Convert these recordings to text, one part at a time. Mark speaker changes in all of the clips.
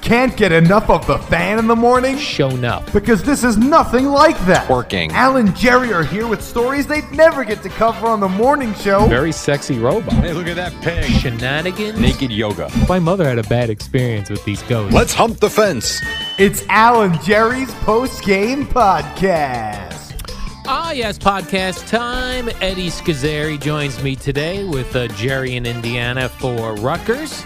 Speaker 1: Can't get enough of the fan in the morning?
Speaker 2: shown up.
Speaker 1: Because this is nothing like that.
Speaker 3: Working.
Speaker 1: Al and Jerry are here with stories they'd never get to cover on the morning show.
Speaker 2: Very sexy robot.
Speaker 3: Hey, look at that pig.
Speaker 2: Shenanigans.
Speaker 3: Naked yoga.
Speaker 2: My mother had a bad experience with these ghosts.
Speaker 3: Let's hump the fence.
Speaker 1: It's Al and Jerry's post game podcast.
Speaker 2: Ah, yes, podcast time. Eddie Scazzeri joins me today with uh, Jerry in Indiana for Rutgers.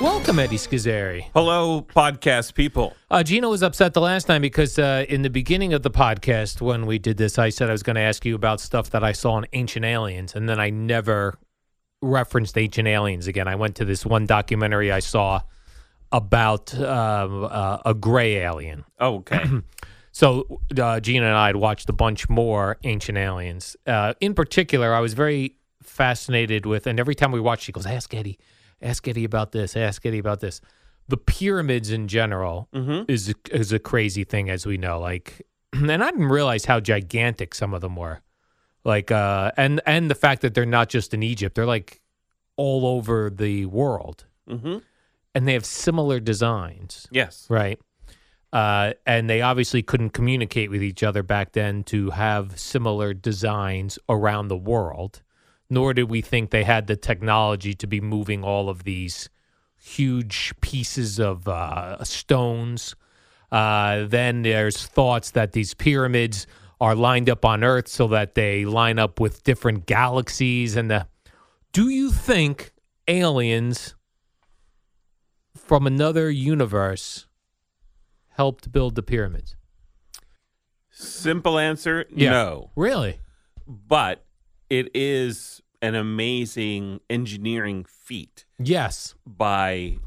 Speaker 2: Welcome, Eddie Scazzeri.
Speaker 4: Hello, podcast people.
Speaker 2: Uh, Gino was upset the last time because uh, in the beginning of the podcast, when we did this, I said I was going to ask you about stuff that I saw in Ancient Aliens, and then I never referenced Ancient Aliens again. I went to this one documentary I saw about um, uh, a gray alien.
Speaker 4: Oh, Okay.
Speaker 2: So uh, Gina and I had watched a bunch more Ancient Aliens. Uh, in particular, I was very fascinated with, and every time we watched, she goes, "Ask Eddie, ask Eddie about this, ask Eddie about this." The pyramids in general is is a crazy thing, as we know. Like, and I didn't realize how gigantic some of them were. Like, uh, and and the fact that they're not just in Egypt; they're like all over the world,
Speaker 4: mm-hmm.
Speaker 2: and they have similar designs.
Speaker 4: Yes.
Speaker 2: Right. Uh, and they obviously couldn't communicate with each other back then to have similar designs around the world, nor did we think they had the technology to be moving all of these huge pieces of uh, stones. Uh, then there's thoughts that these pyramids are lined up on Earth so that they line up with different galaxies. And the, do you think aliens from another universe helped build the pyramids?
Speaker 4: Simple answer no.
Speaker 2: Really?
Speaker 4: But it is an amazing engineering feat
Speaker 2: Yes.
Speaker 4: by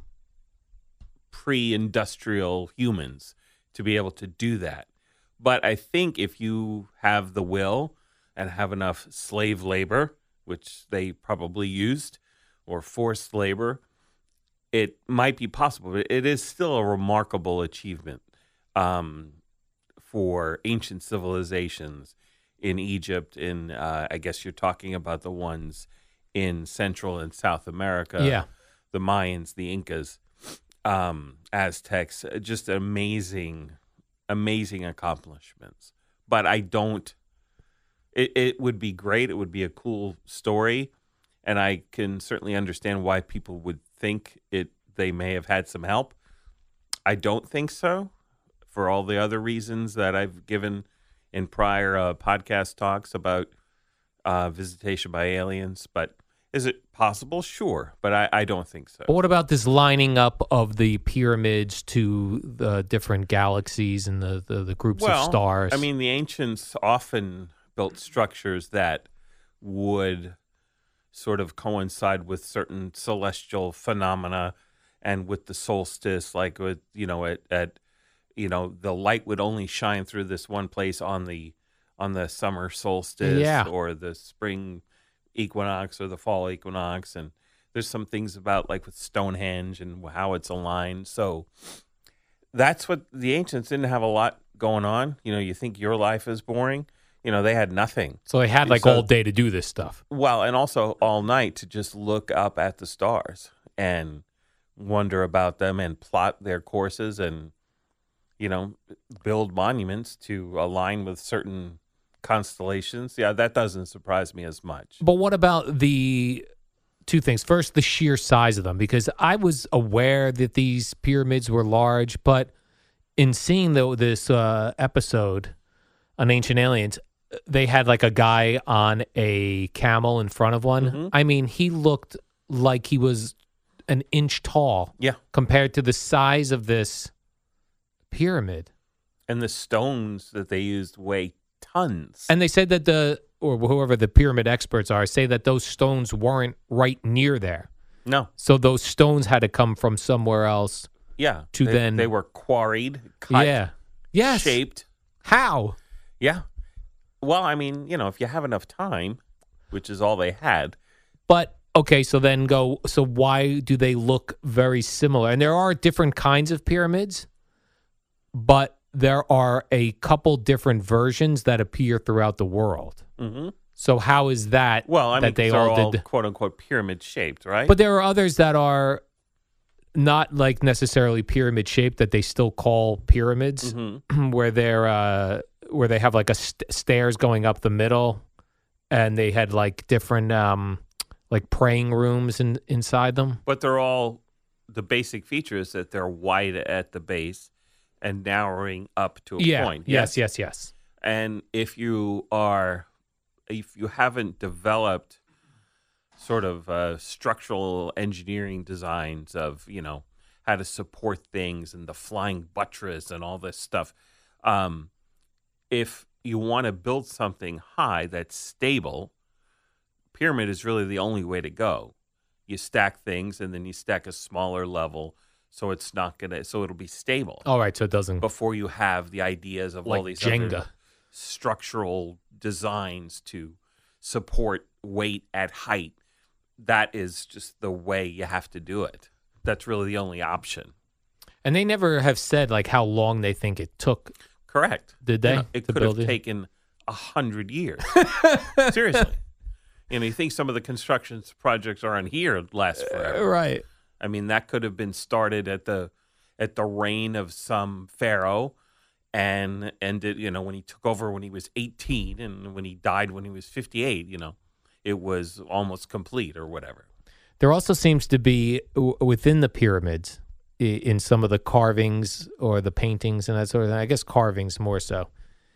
Speaker 4: pre industrial humans to be able to do that. But I think if you have the will and have enough slave labor, which they probably used, or forced labor, it might be possible. But it is still a remarkable achievement um, for ancient civilizations in Egypt. In uh, I guess you're talking about the ones in Central and South America.
Speaker 2: Yeah.
Speaker 4: the Mayans, the Incas, um, Aztecs. uh, Just amazing, amazing accomplishments. But I don't. It, it would be great. It would be a cool story and I can certainly understand why people would think it they may have had some help. I don't think so for all the other reasons that I've given in prior uh, podcast talks about uh, visitation by aliens. But is it possible? Sure, but I, I don't think so.
Speaker 2: But what about this lining up of the pyramids to the different galaxies and the, the, the groups of stars?
Speaker 4: I mean, the ancients often built structures that would sort of coincide with certain celestial phenomena and with the solstice, like with you know at, at you know the light would only shine through this one place on the on the summer solstice
Speaker 2: Yeah.
Speaker 4: or the spring equinox or the fall equinox and there's some things about like with Stonehenge and how it's aligned. So that's what the ancients didn't have a lot going on. You know, you think your life is boring. You know, they had nothing.
Speaker 2: so they had like
Speaker 4: so-
Speaker 2: all day to do this stuff.
Speaker 4: Well, and also all night to just look up at the stars and wonder about them and plot their courses and, you know, build monuments to align with certain constellations. Yeah, that doesn't surprise me as much.
Speaker 2: But what about the two things? First, the sheer size of them, because I was aware that these pyramids were large, but in seeing though this uh, episode on Ancient Aliens, they had like a guy on a camel in front of one. I mean, he looked like he was an inch tall
Speaker 4: Yeah.
Speaker 2: compared to the size of this pyramid.
Speaker 4: And the stones that they used weigh tons.
Speaker 2: And they said that the or whoever the pyramid experts are say that those stones weren't right near there.
Speaker 4: no.
Speaker 2: So those stones had to come from somewhere else.
Speaker 4: Yeah.
Speaker 2: To
Speaker 4: they,
Speaker 2: then-
Speaker 4: they were quarried, cut,
Speaker 2: yeah. Yes.
Speaker 4: shaped.
Speaker 2: How?
Speaker 4: Yeah. Well, I mean, you know, if you have enough time, which is all they had,
Speaker 2: But okay, so then go so why do they look very similar? And there are different kinds of pyramids, but there are a couple different versions that appear throughout the world.
Speaker 4: hmm
Speaker 2: So how is that
Speaker 4: Well, I mean,
Speaker 2: that they
Speaker 4: 'cause they're
Speaker 2: all
Speaker 4: all,
Speaker 2: did
Speaker 4: quote unquote pyramid shaped, right?
Speaker 2: But there are others that are not like necessarily pyramid shaped that they still call pyramids,
Speaker 4: Mhm.
Speaker 2: where they're uh, where they have like a st- stairs going up the middle, and they had like different um, like praying rooms in- inside them.
Speaker 4: but they're all the basic feature is that they're wide at the base and narrowing up to a
Speaker 2: yeah.
Speaker 4: point.
Speaker 2: Yes. Yes. Yes.
Speaker 4: And if you are, if you haven't developed sort of uh, structural engineering designs of, you know, how to support things and the flying buttress and all this stuff, um, if you want to build something high that's stable, pyramid is really the only way to go. You stack things and then you stack a smaller level so it's not going to, so it'll be stable
Speaker 2: All right. So it doesn't
Speaker 4: before you have the ideas of all
Speaker 2: Oh. like
Speaker 4: these
Speaker 2: Jenga.
Speaker 4: other structural designs to support weight at height. That is just the way you have to do it. That's really the only option.
Speaker 2: And they never have said like how long they think it took.
Speaker 4: Correct.
Speaker 2: Did they?
Speaker 4: You know, it
Speaker 2: to
Speaker 4: could
Speaker 2: build
Speaker 4: have taken a hundred years. Seriously. You know, you think some of the construction projects around here last forever.
Speaker 2: Right.
Speaker 4: I mean, that could have been started at the at the reign of some pharaoh and ended, you know, when he took over when he was 18 and when he died when he was 58, you know, it was almost complete or whatever.
Speaker 2: There also seems to be w- within the pyramids i- in some of the carvings or the paintings and that sort of thing. I guess carvings more so.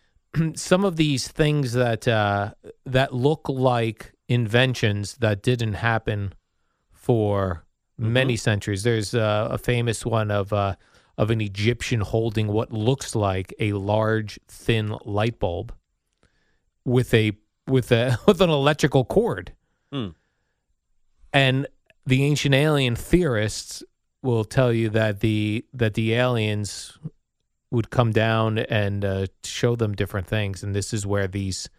Speaker 2: some of these things that uh, that look like inventions that didn't happen for many centuries. There's uh, a famous one of uh, of an Egyptian holding what looks like a large thin light bulb with a with a with an electrical cord.
Speaker 4: Hmm.
Speaker 2: And the ancient alien theorists will tell you that the that the aliens would come down and uh, show them different things, and this is where these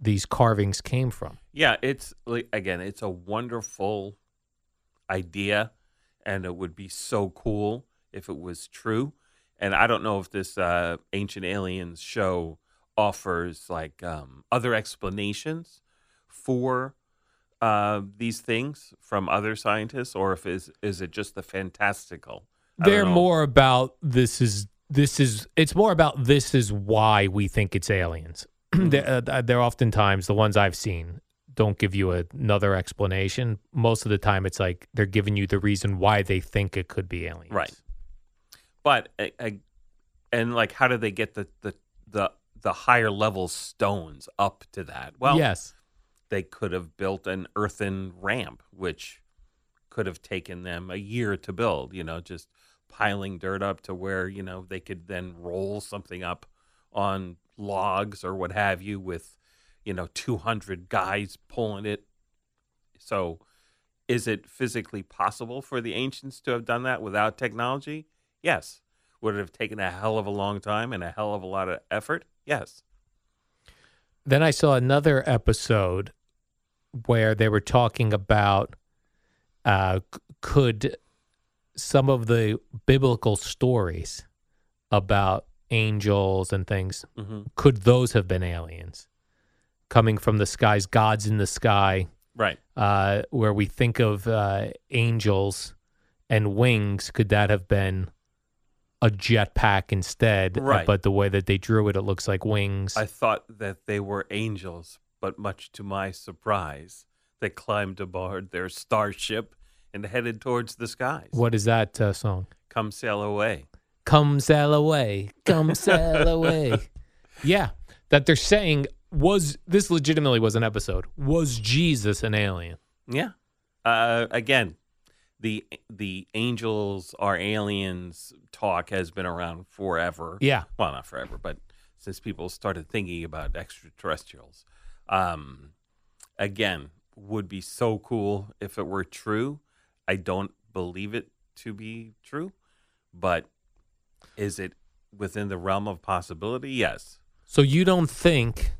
Speaker 2: these carvings came from.
Speaker 4: Yeah, it's like again, it's a wonderful idea, and it would be so cool if it was true. And I don't know if this uh, Ancient Aliens show offers like um, other explanations for uh, these things from other scientists, or if is is it just the fantastical? I don't
Speaker 2: They're
Speaker 4: know.
Speaker 2: more about this is this is it's more about this is why we think it's aliens. they're, uh, they're oftentimes the ones I've seen don't give you another explanation. Most of the time, it's like they're giving you the reason why they think it could be aliens.
Speaker 4: Right. But I, I, and like, how did they get the the the the higher level stones up to that? Well,
Speaker 2: yes.
Speaker 4: they could have built an earthen ramp, which could have taken them a year to build, you know, just piling dirt up to where, you know, they could then roll something up on logs or what have you with, you know, 200 guys pulling it. So is it physically possible for the ancients to have done that without technology? Yes. Would it have taken a hell of a long time and a hell of a lot of effort? Yes.
Speaker 2: Then I saw another episode where they were talking about uh, c- could some of the biblical stories about angels and things
Speaker 4: Mhm.
Speaker 2: could those have been aliens coming from the skies, gods in the sky,
Speaker 4: Right.
Speaker 2: uh, where we think of uh, angels and wings, could that have been a jetpack instead? Uh,
Speaker 4: Right.
Speaker 2: But the way that they drew it, it looks like wings.
Speaker 4: I thought that they were angels, but much to my surprise, they climbed aboard their starship and headed towards the skies.
Speaker 2: what is that uh, song?
Speaker 4: Come sail away.
Speaker 2: Come sail away, come sail away. Yeah, that they're saying was this legitimately was an episode? Was Jesus an alien?
Speaker 4: Yeah. Uh, again, the the angels are aliens talk has been around forever.
Speaker 2: Yeah.
Speaker 4: Well, not forever, but since people started thinking about extraterrestrials. Um, again, would be so cool if it were true. I don't believe it to be true, but is it within the realm of possibility? Yes.
Speaker 2: So you don't think?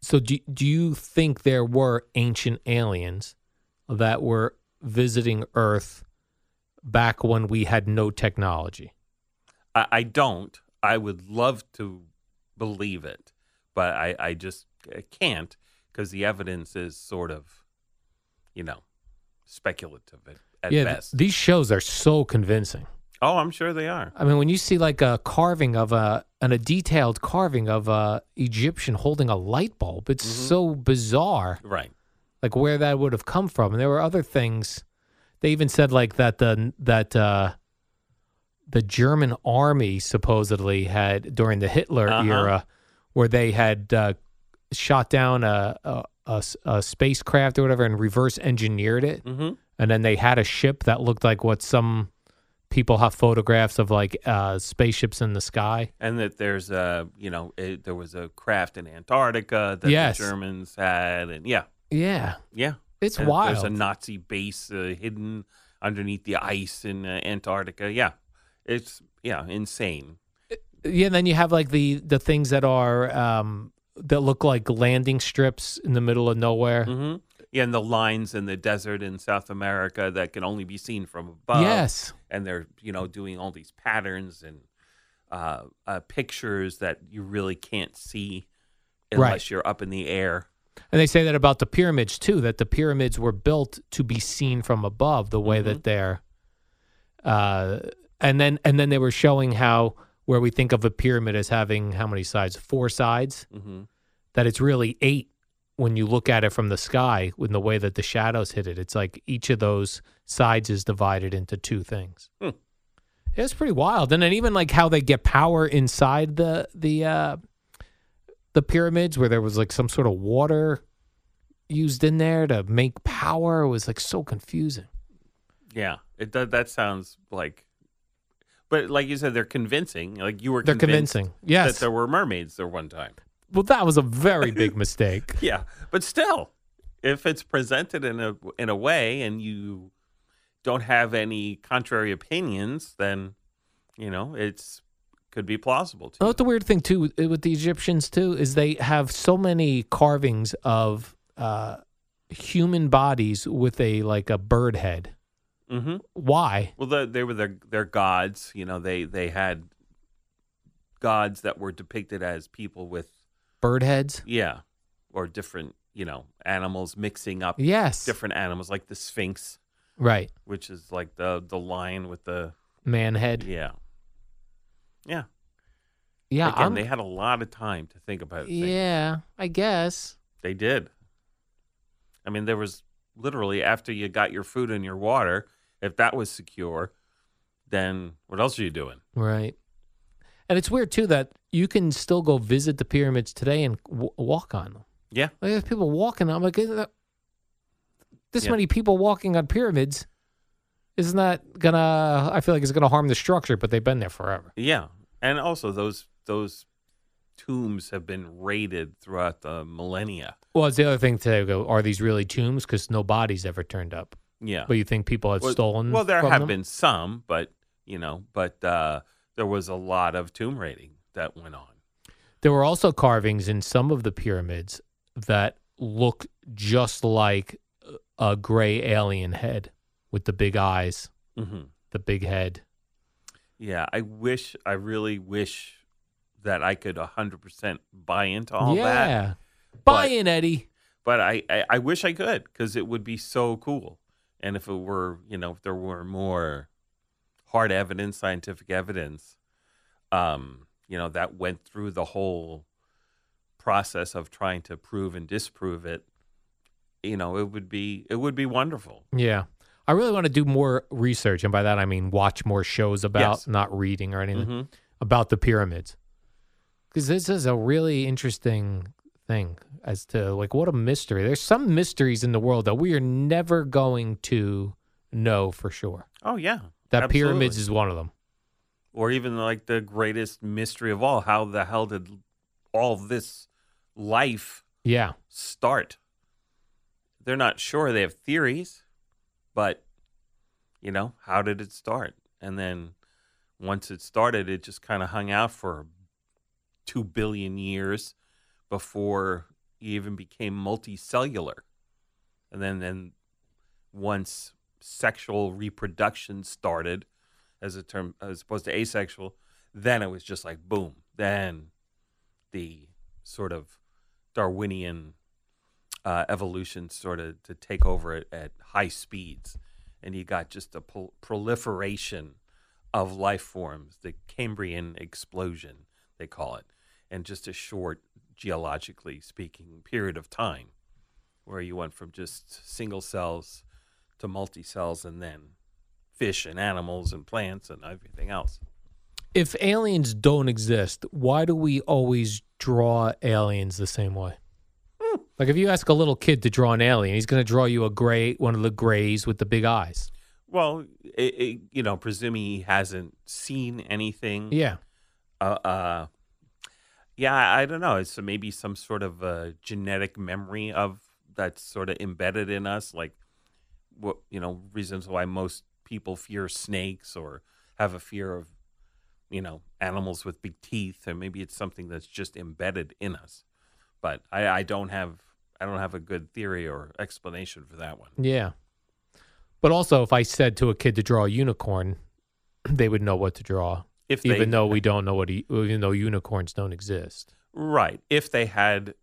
Speaker 2: So do do you think there were ancient aliens that were visiting Earth back when we had no technology?
Speaker 4: I, I don't. I would love to believe it, but I, I just I can't because the evidence is sort of, you know, speculative at, at
Speaker 2: yeah, th-
Speaker 4: best.
Speaker 2: these shows are so convincing.
Speaker 4: oh, I'm sure they are.
Speaker 2: I mean, when you see like a carving of a and a detailed carving of a Egyptian holding a light bulb, it's so bizarre.
Speaker 4: Right.
Speaker 2: like where that would have come from. And there were other things. They even said like that the that uh, the German army supposedly had during the Hitler
Speaker 4: Uh-huh.
Speaker 2: era, where they had uh, shot down a, a, a s- a spacecraft or whatever and reverse engineered it,
Speaker 4: Mhm.
Speaker 2: and then they had a ship that looked like what some people have photographs of like uh, spaceships in the sky.
Speaker 4: And that there's a, you know, it, there was a craft in Antarctica that
Speaker 2: Yes.
Speaker 4: the Germans had. And yeah,
Speaker 2: Yeah,
Speaker 4: yeah.
Speaker 2: it's
Speaker 4: And
Speaker 2: wild.
Speaker 4: There's a Nazi base uh, hidden underneath the ice in uh, Antarctica. Yeah. It's, yeah, insane.
Speaker 2: Yeah, and then you have like the the things that are um that look like landing strips in the middle of nowhere.
Speaker 4: hmm Yeah, and the lines in the desert in South America that can only be seen from above.
Speaker 2: Yes.
Speaker 4: and they're you know doing all these patterns and uh, uh, pictures that you really can't see
Speaker 2: Right.
Speaker 4: unless you're up in the air.
Speaker 2: And they say that about the pyramids too, that the pyramids were built to be seen from above the way
Speaker 4: Mm-hmm.
Speaker 2: that they're uh and then and then they were showing how where we think of a pyramid as having how many sides? Four sides,
Speaker 4: hmm
Speaker 2: that it's really eight when you look at it from the sky with the way that the shadows hit it. It's like each of those sides is divided into two things.
Speaker 4: Hmm.
Speaker 2: Yeah, It's pretty wild, and then even like how they get power inside the the uh, the pyramids, where there was like some sort of water used in there to make power, It was like so confusing.
Speaker 4: Yeah, it does. That sounds like, but like you said, they're convincing. Like you were,
Speaker 2: They're
Speaker 4: convinced
Speaker 2: convincing, yes.
Speaker 4: that there were mermaids there one time.
Speaker 2: Well, that was a very big mistake.
Speaker 4: Yeah, but still, if it's presented in a in a way and you don't have any contrary opinions, then you know it's could be plausible.
Speaker 2: You know
Speaker 4: To
Speaker 2: what Oh, the weird thing too uh, with the Egyptians too is they have so many carvings of uh, human bodies with a like a bird head.
Speaker 4: you. hmm
Speaker 2: Why?
Speaker 4: Well, the, they were their their gods. You know, they they had gods that were depicted as people with
Speaker 2: Bird heads?
Speaker 4: yeah, or different you know animals mixing up
Speaker 2: Yes.
Speaker 4: different animals like the Sphinx,
Speaker 2: Right.
Speaker 4: which is like the the lion with the
Speaker 2: Man head. Yeah,
Speaker 4: yeah. Yeah, Again,
Speaker 2: I'm-
Speaker 4: they had a lot of time to think about things.
Speaker 2: yeah, I guess.
Speaker 4: They did. I mean, there was literally after you got your food and your water, if that was secure, then what else are you doing?
Speaker 2: Right. And it's weird too that you can still go visit the pyramids today and w- walk on them.
Speaker 4: Yeah.
Speaker 2: Like there's people walking. I'm like, isn't that, this
Speaker 4: Yeah.
Speaker 2: many people walking on pyramids? Isn't that gonna? I feel like it's gonna harm the structure, but they've been there forever.
Speaker 4: Yeah. And also those those tombs have been raided throughout the millennia.
Speaker 2: Well, it's the other thing today. we Go, are these really tombs? Because no bodies ever turned up.
Speaker 4: Yeah.
Speaker 2: But you think people had
Speaker 4: well,
Speaker 2: stolen?
Speaker 4: Well, there
Speaker 2: from
Speaker 4: have
Speaker 2: them?
Speaker 4: been some, but you know, but uh there was a lot of tomb raiding that went on.
Speaker 2: There were also carvings in some of the pyramids that look just like a gray alien head with the big eyes,
Speaker 4: Mm-hmm.
Speaker 2: the big head.
Speaker 4: Yeah, I wish I really wish that I could 100% buy into all that.
Speaker 2: yeah,
Speaker 4: but-
Speaker 2: buy in, Eddie.
Speaker 4: but I, I, I wish I could because it would be so cool. And if it were, you know, if there were more hard evidence, scientific evidence, um, you know, that went through the whole process of trying to prove and disprove it, you know, it would be it would be wonderful.
Speaker 2: Yeah, I really want to do more research, and by that I mean watch more shows about,
Speaker 4: Yes.
Speaker 2: not reading or anything
Speaker 4: Mhm.
Speaker 2: about the pyramids, because this is a really interesting thing as to like what a mystery. There's some mysteries in the world that we are never going to know for sure.
Speaker 4: Oh yeah,
Speaker 2: That
Speaker 4: absolutely.
Speaker 2: pyramids is one of them.
Speaker 4: or even like the greatest mystery of all: how the hell did all this life
Speaker 2: Yeah.
Speaker 4: start? They're not sure. They have theories, but you know, how did it start? And then once it started, it just kind of hung out for two billion years before it even became multicellular. And then, then once sexual reproduction started, as a term as opposed to asexual, then it was just like boom. Then the sort of Darwinian uh, evolution sort of to take over at, at high speeds, and you got just a prol- proliferation of life forms, the Cambrian explosion they call it, and just a short, geologically speaking, period of time, where you went from just single cells to multi cells, and then fish and animals and plants and everything else.
Speaker 2: If aliens don't exist, why do we always draw aliens the same way?
Speaker 4: Hmm.
Speaker 2: Like if you ask a little kid to draw an alien, he's going to draw you a gray, one of the grays with the big eyes.
Speaker 4: Well, it, it, you know, presuming he hasn't seen anything.
Speaker 2: Yeah.
Speaker 4: uh, uh yeah i I don't know it's maybe some sort of uh genetic memory of that's sort of embedded in us like what you know reasons why most people fear snakes or have a fear of you know animals with big teeth or maybe it's something that's just embedded in us but i i don't have i don't have a good theory or explanation for that one
Speaker 2: Yeah. But also, if I said to a kid to draw a unicorn, they would know what to draw,
Speaker 4: if they,
Speaker 2: even though we don't know what, a, even though unicorns don't exist.
Speaker 4: Right. If they had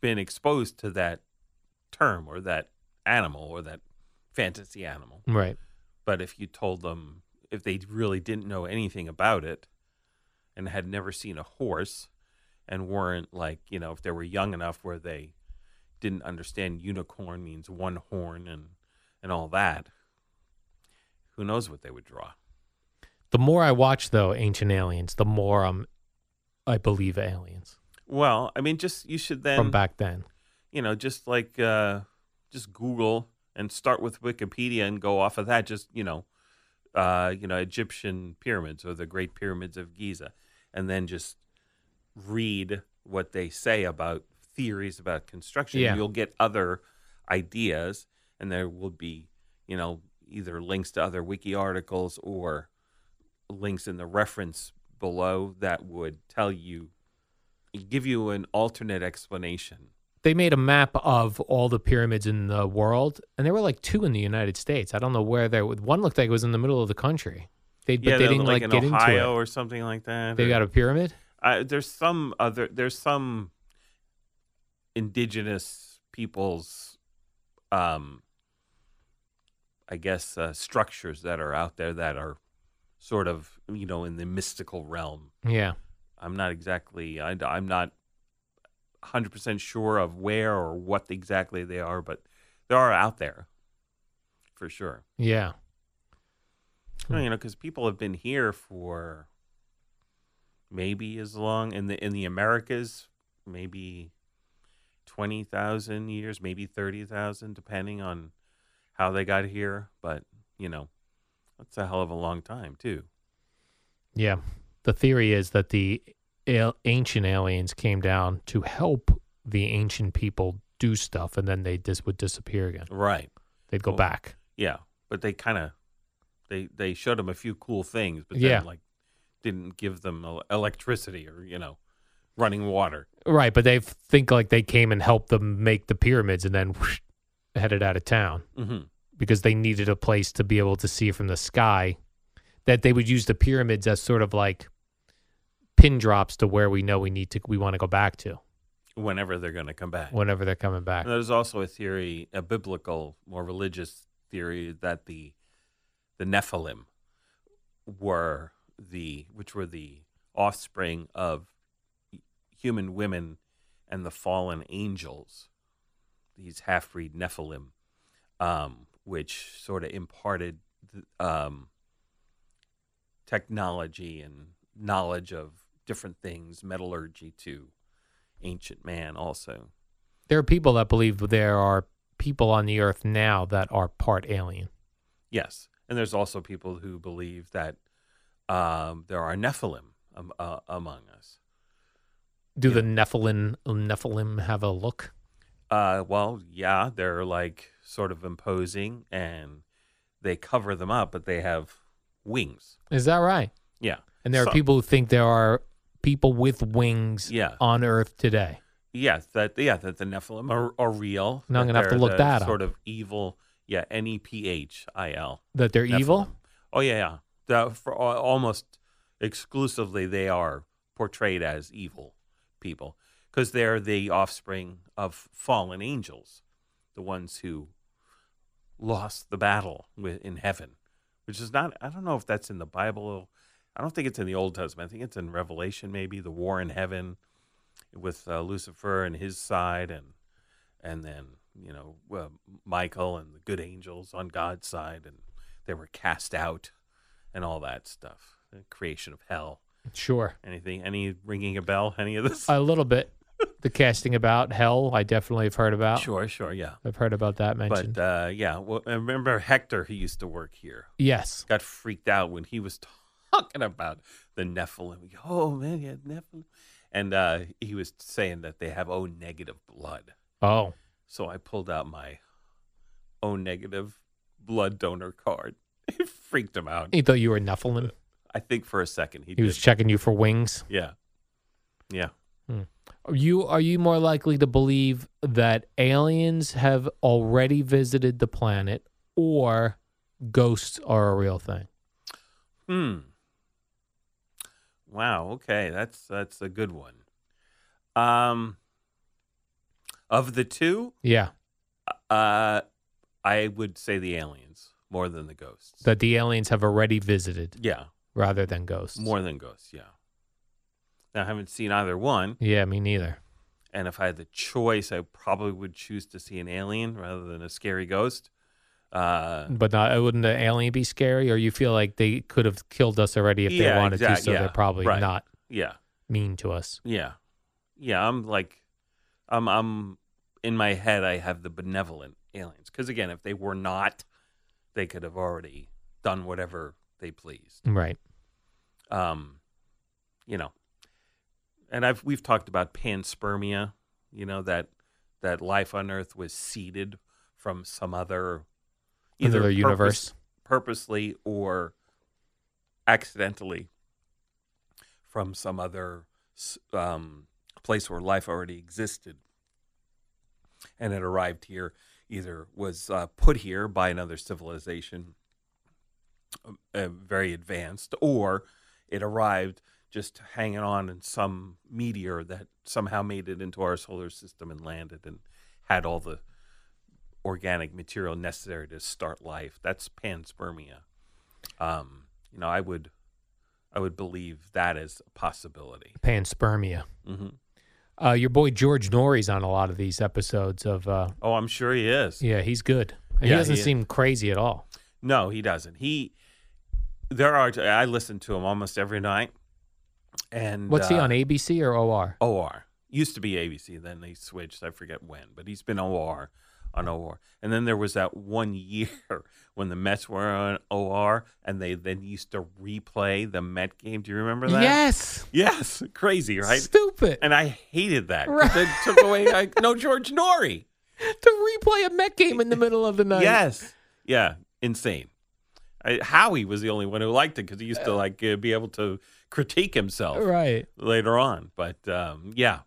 Speaker 4: been exposed to that term or that animal or that fantasy animal.
Speaker 2: Right.
Speaker 4: But if you told them, if they really didn't know anything about it and had never seen a horse and weren't like, you know, if they were young enough where they didn't understand unicorn means one horn and, and all that, who knows what they would draw.
Speaker 2: The more I watch, though, Ancient Aliens, the more I'm, I believe aliens
Speaker 4: Well, I mean, just you should then.
Speaker 2: from back then.
Speaker 4: you know, just like uh, just Google and start with Wikipedia and go off of that. Just you know, uh, you know, Egyptian pyramids or the Great Pyramids of Giza, and then just read what they say about theories about construction.
Speaker 2: Yeah.
Speaker 4: You'll get other ideas, and there will be you know either links to other wiki articles or links in the reference below that would tell you give you an alternate explanation
Speaker 2: They made a map of all the pyramids in the world, and there were like two in the United States. I don't know where they were. One looked like it was in the middle of the country. They, but they
Speaker 4: they're
Speaker 2: didn't like,
Speaker 4: in
Speaker 2: get
Speaker 4: Ohio
Speaker 2: into
Speaker 4: or something like that.
Speaker 2: it. They
Speaker 4: or-
Speaker 2: got a pyramid.
Speaker 4: I- there's some other. There's some indigenous peoples, um, I guess, uh, structures that are out there that are sort of you know in the mystical realm.
Speaker 2: Yeah.
Speaker 4: I'm not exactly. I, I'm not 100 percent sure of where or what exactly they are, but they are out there for sure.
Speaker 2: Yeah.
Speaker 4: Well, you know, because people have been here for maybe as long in the in the Americas, maybe twenty thousand years, maybe thirty thousand, depending on how they got here. But you know, that's a hell of a long time too.
Speaker 2: Yeah. The theory is that the al- ancient aliens came down to help the ancient people do stuff and then they dis- would disappear again.
Speaker 4: Right.
Speaker 2: They'd go
Speaker 4: Cool.
Speaker 2: back.
Speaker 4: Yeah, but they kind of they they showed them a few cool things, but
Speaker 2: Yeah.
Speaker 4: then like didn't give them el- electricity or you know running water.
Speaker 2: Right. But they f- think like they came and helped them make the pyramids and then headed out of town
Speaker 4: Mm-hmm.
Speaker 2: because they needed a place to be able to see from the sky. That they would use the pyramids as sort of like pin drops to where we know we need to, we want to go back to
Speaker 4: Whenever they're going to come back.
Speaker 2: whenever they're coming back.
Speaker 4: And there's also a theory, a biblical, more religious theory that the the Nephilim were the which were the offspring of human women and the fallen angels, these half breed Nephilim, um, which sort of imparted th- um, technology and knowledge of different things, metallurgy to ancient man also.
Speaker 2: There are people that believe there are people on the earth now that are part alien.
Speaker 4: Yes, and there's also people who believe that um, there are Nephilim um, uh, among us.
Speaker 2: Do the Nephilim Nephilim have a look?
Speaker 4: Uh, well, yeah, they're like sort of imposing, and they cover them up, but they have wings.
Speaker 2: Is that right?
Speaker 4: Yeah,
Speaker 2: And there
Speaker 4: So-
Speaker 2: are people who think there are people with wings
Speaker 4: Yeah.
Speaker 2: on Earth today.
Speaker 4: Yes, that yeah, that the Nephilim are, are real.
Speaker 2: Now I'm gonna have to
Speaker 4: they're
Speaker 2: look
Speaker 4: the
Speaker 2: that up.
Speaker 4: sort of evil. Yeah, N E P H I L.
Speaker 2: That they're evil.
Speaker 4: Oh yeah, yeah. The, for al- almost exclusively, they are portrayed as evil people because they're the offspring of fallen angels, the ones who lost the battle with, in heaven, which is not. I don't know if that's in the Bible. I don't think it's in the Old Testament. I think it's in Revelation, maybe the war in heaven with uh, Lucifer and his side, and and then you know uh, Michael and the good angels on God's side, and they were cast out, and all that stuff. The creation of hell.
Speaker 2: Sure.
Speaker 4: Anything? Any ringing a bell? Any of this?
Speaker 2: A little bit. The casting about hell, I definitely have heard about.
Speaker 4: sure, sure, yeah.
Speaker 2: I've heard about that mentioned.
Speaker 4: But uh, yeah, well, I remember Hector who used to work here
Speaker 2: yes.
Speaker 4: got freaked out when he was talking about the Nephilim. Oh man, yeah, Nephilim, and uh, he was saying that they have O negative blood.
Speaker 2: Oh.
Speaker 4: So I pulled out my O negative blood donor card. It freaked him out.
Speaker 2: He thought you were Nephilim.
Speaker 4: I think for a second he,
Speaker 2: He was
Speaker 4: did.
Speaker 2: checking you for wings.
Speaker 4: yeah, yeah.
Speaker 2: Are you are you more likely to believe that aliens have already visited the planet or ghosts are a real thing?
Speaker 4: Hmm. Wow. Okay, that's that's a good one. Um. Of the two,
Speaker 2: Yeah.
Speaker 4: uh, I would say the aliens more than the ghosts.
Speaker 2: That the aliens have already visited
Speaker 4: yeah,
Speaker 2: rather than ghosts.
Speaker 4: more than ghosts. Yeah. Now, I haven't seen either one,
Speaker 2: Yeah, me neither.
Speaker 4: and if I had the choice, I probably would choose to see an alien rather than a scary ghost. Uh,
Speaker 2: But not, wouldn't the alien be scary? Or you feel like they could have killed us already if
Speaker 4: Yeah,
Speaker 2: they wanted
Speaker 4: exact-
Speaker 2: to, so
Speaker 4: yeah,
Speaker 2: they're probably
Speaker 4: right.
Speaker 2: not
Speaker 4: yeah,
Speaker 2: mean to us.
Speaker 4: yeah, yeah. I'm like, I'm, I'm in my head. I have the benevolent aliens because again, if they were not, they could have already done whatever they pleased.
Speaker 2: Right.
Speaker 4: um, you know, and I've we've talked about panspermia, you know that that life on Earth was seeded from some other
Speaker 2: Another
Speaker 4: purpose-
Speaker 2: universe.
Speaker 4: purposely or accidentally from some other s- um, place where life already existed, and it arrived here. Either was uh, put here by another civilization, uh, very advanced, or it arrived just hanging on in some meteor that somehow made it into our solar system and landed and had all the organic material necessary to start life. That's panspermia. Um, you know, I would, I would believe that is a possibility.
Speaker 2: Panspermia.
Speaker 4: hmm
Speaker 2: Uh, your boy George Norrie's on a lot of these episodes of. Uh,
Speaker 4: Oh, I'm sure he is.
Speaker 2: yeah, he's good. He
Speaker 4: Yeah,
Speaker 2: doesn't
Speaker 4: he-
Speaker 2: seem crazy at all.
Speaker 4: No, he doesn't. He, there are. I listen to him almost every night. And
Speaker 2: What's he
Speaker 4: uh,
Speaker 2: on ABC or OR?
Speaker 4: OR. Used to be ABC, then they switched. I forget when, but he's been OR on OR. And then there was that one year when the Mets were on OR and they then used to replay the Met game. Do you remember that?
Speaker 2: Yes.
Speaker 4: Yes. Crazy, right?
Speaker 2: Stupid.
Speaker 4: And I hated that. 'cause It took away, like, no George Norrie.
Speaker 2: to replay a Met game in the middle of the night.
Speaker 4: Yes. Yeah. Insane. I, Howie was the only one who liked it because he used to like uh, be able to critique himself
Speaker 2: Right.
Speaker 4: later on. But um, yeah,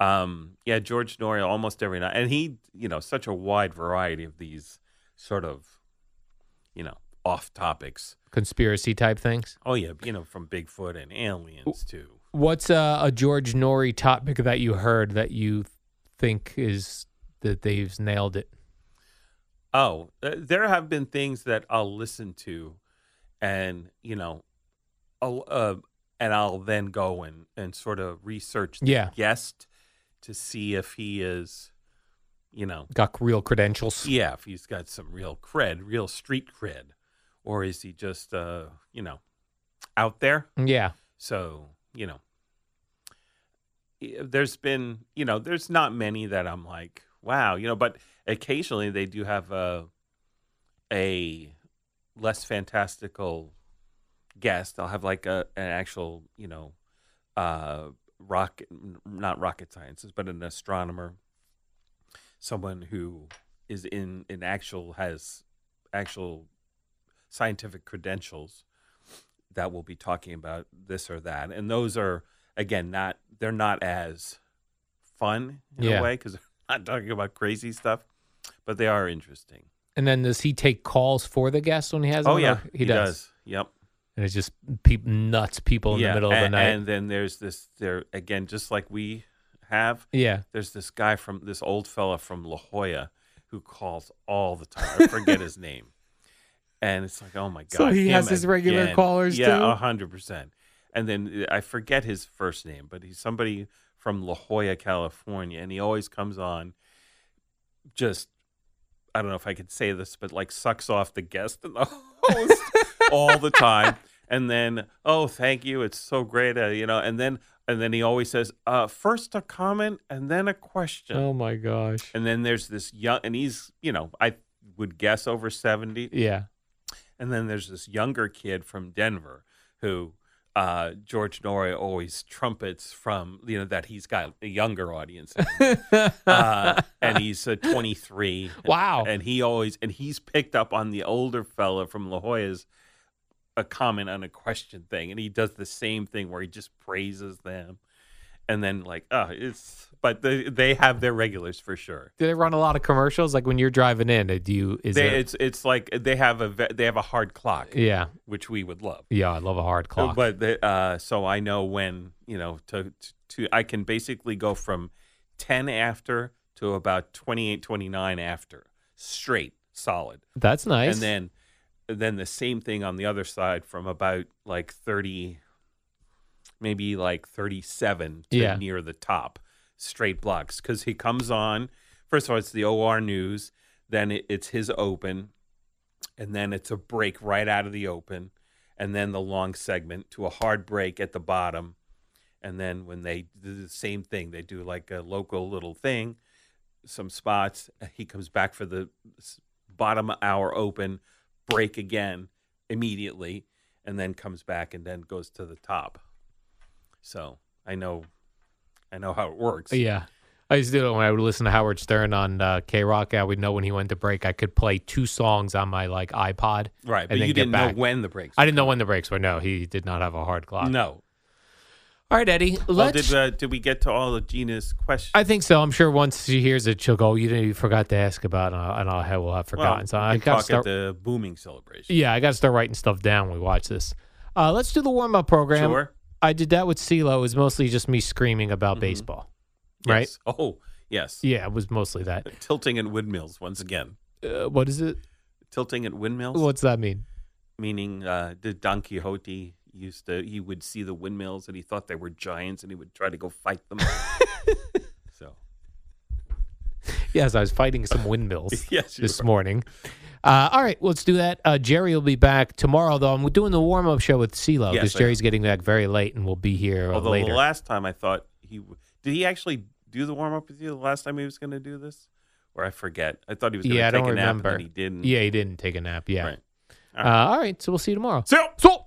Speaker 4: um, yeah, George Norrie almost every night, and he, you know, such a wide variety of these sort of, you know, off topics.
Speaker 2: Conspiracy type things.
Speaker 4: Oh yeah, you know, from Bigfoot and aliens to.
Speaker 2: What's uh, a George Norrie topic that you heard that you think is that they've nailed it?
Speaker 4: Oh, uh, there have been things that I'll listen to, and you know, I'll, uh, and I'll then go and and sort of research the
Speaker 2: Yeah.
Speaker 4: guest to see if he is, you know,
Speaker 2: Got real credentials.
Speaker 4: Yeah, if he's got some real cred, real street cred, or is he just uh, you know, out there?
Speaker 2: Yeah.
Speaker 4: So, you know, i- there's been, you know, there's not many that I'm like, wow, you know, but occasionally they do have a a less fantastical guest. I'll have like a an actual, you know, uh, rock not rocket sciences, but an astronomer, someone who is in in actual has actual scientific credentials that will be talking about this or that. And those are again not they're not as fun in
Speaker 2: Yeah.
Speaker 4: a way because they're not talking about crazy stuff, but they are interesting.
Speaker 2: And then does he take calls for the guests when he has? them,
Speaker 4: oh
Speaker 2: or
Speaker 4: yeah,
Speaker 2: he, does.
Speaker 4: Yep.
Speaker 2: And it's just peop nuts people in
Speaker 4: yeah.
Speaker 2: the middle of the
Speaker 4: and,
Speaker 2: night.
Speaker 4: and then there's this there again, just like we have.
Speaker 2: yeah,
Speaker 4: There's this guy from this old fella from La Jolla who calls all the time. I forget his name. And it's like, oh my god.
Speaker 2: So he
Speaker 4: him
Speaker 2: has his regular
Speaker 4: again.
Speaker 2: callers, too?
Speaker 4: Yeah, hundred percent. And then uh, I forget his first name, but he's somebody from La Jolla, California, and he always comes on. Just, I don't know if I could say this, but like sucks off the guest and the host all the time. And then, oh, thank you, it's so great, uh, you know. And then, and then he always says, uh, first a comment and then a question.
Speaker 2: Oh my gosh.
Speaker 4: And then there's this young, and he's, you know, I would guess over 70.
Speaker 2: Yeah.
Speaker 4: And then there's this younger kid from Denver who uh, George Norrie always trumpets from, you know, that he's got a younger audience. uh, and he's uh, 23.
Speaker 2: Wow.
Speaker 4: And he always, and he's picked up on the older fella from La Jolla's a comment on a question thing. And he does the same thing where he just praises them. And then, like, oh, it's, but they, they have their regulars for sure.
Speaker 2: Do they run a lot of commercials? Like when you're driving in, uh, do you? Is
Speaker 4: They,
Speaker 2: there-
Speaker 4: it's it's like they have a ve- they have a hard clock,
Speaker 2: yeah,
Speaker 4: which we would love.
Speaker 2: yeah. I love a hard
Speaker 4: So-
Speaker 2: clock.
Speaker 4: Oh, But the, uh, so I know when you know to, to to I can basically go from ten after to about 28, 29 after straight solid,
Speaker 2: that's nice.
Speaker 4: and then and then the same thing on the other side from about like thirty, maybe like thirty seven to
Speaker 2: Yeah.
Speaker 4: near the top straight blocks because he comes on. First of all, it's the OR news, then it, it's his open, and then it's a break right out of the open, and then the long segment to a hard break at the bottom, and then when they do the same thing, they do like a local little thing, some spots. He comes back for the s- bottom hour open, break again immediately, and then comes back and then goes to the top. So I know, I know how it works.
Speaker 2: yeah. I used to do it when I would listen to Howard Stern on uh, K Rock. I would know when he went to break. I could play two songs on my like iPod.
Speaker 4: Right,
Speaker 2: and
Speaker 4: but
Speaker 2: then
Speaker 4: you
Speaker 2: get
Speaker 4: didn't
Speaker 2: back.
Speaker 4: know when the breaks.
Speaker 2: I didn't know when the breaks were. No, he did not have a hard clock.
Speaker 4: No.
Speaker 2: All right, Eddie.
Speaker 4: Well,
Speaker 2: Let's.
Speaker 4: did uh, did we get to all of Gina's questions?
Speaker 2: I think so. I'm sure once she hears it, she'll go. "Oh, You, didn't, you forgot to ask about, it," and I'll, and I'll have, we'll have
Speaker 4: Well,
Speaker 2: forgotten. so I
Speaker 4: we can
Speaker 2: gotta
Speaker 4: talk
Speaker 2: start.
Speaker 4: at the booming celebration.
Speaker 2: yeah, I got to start writing stuff down when we watch this. Uh, let's do the warm up program.
Speaker 4: Sure. Mm-hmm.
Speaker 2: I did that with CeeLo. It was mostly just me screaming about baseball. Right?
Speaker 4: Yes. Oh, yes.
Speaker 2: Yeah, it was mostly that.
Speaker 4: Tilting at windmills once again.
Speaker 2: Uh, what is it?
Speaker 4: Tilting at windmills,
Speaker 2: What's that mean?
Speaker 4: meaning uh, the Don Quixote used to he would see the windmills and he thought they were giants and he would try to go fight them. so
Speaker 2: Yes, I was fighting some windmills
Speaker 4: Yes, you
Speaker 2: this
Speaker 4: were.
Speaker 2: morning. Uh, all right, let's do that. Uh, Jerry will be back tomorrow, though. I'm doing the warm up show with CeeLo
Speaker 4: Yes,
Speaker 2: because
Speaker 4: I
Speaker 2: Jerry's getting back very late and will be here uh,
Speaker 4: although
Speaker 2: later.
Speaker 4: the last time I thought he w- did he actually do the warm up with you the last time he was going to do this, or I forget. I thought he was going to
Speaker 2: yeah, I
Speaker 4: take
Speaker 2: don't
Speaker 4: a nap
Speaker 2: remember.
Speaker 4: and then he didn't.
Speaker 2: Yeah, he didn't take a nap. Yeah.
Speaker 4: Right.
Speaker 2: All right. Uh, all right, so we'll see you tomorrow.
Speaker 4: So.
Speaker 2: So.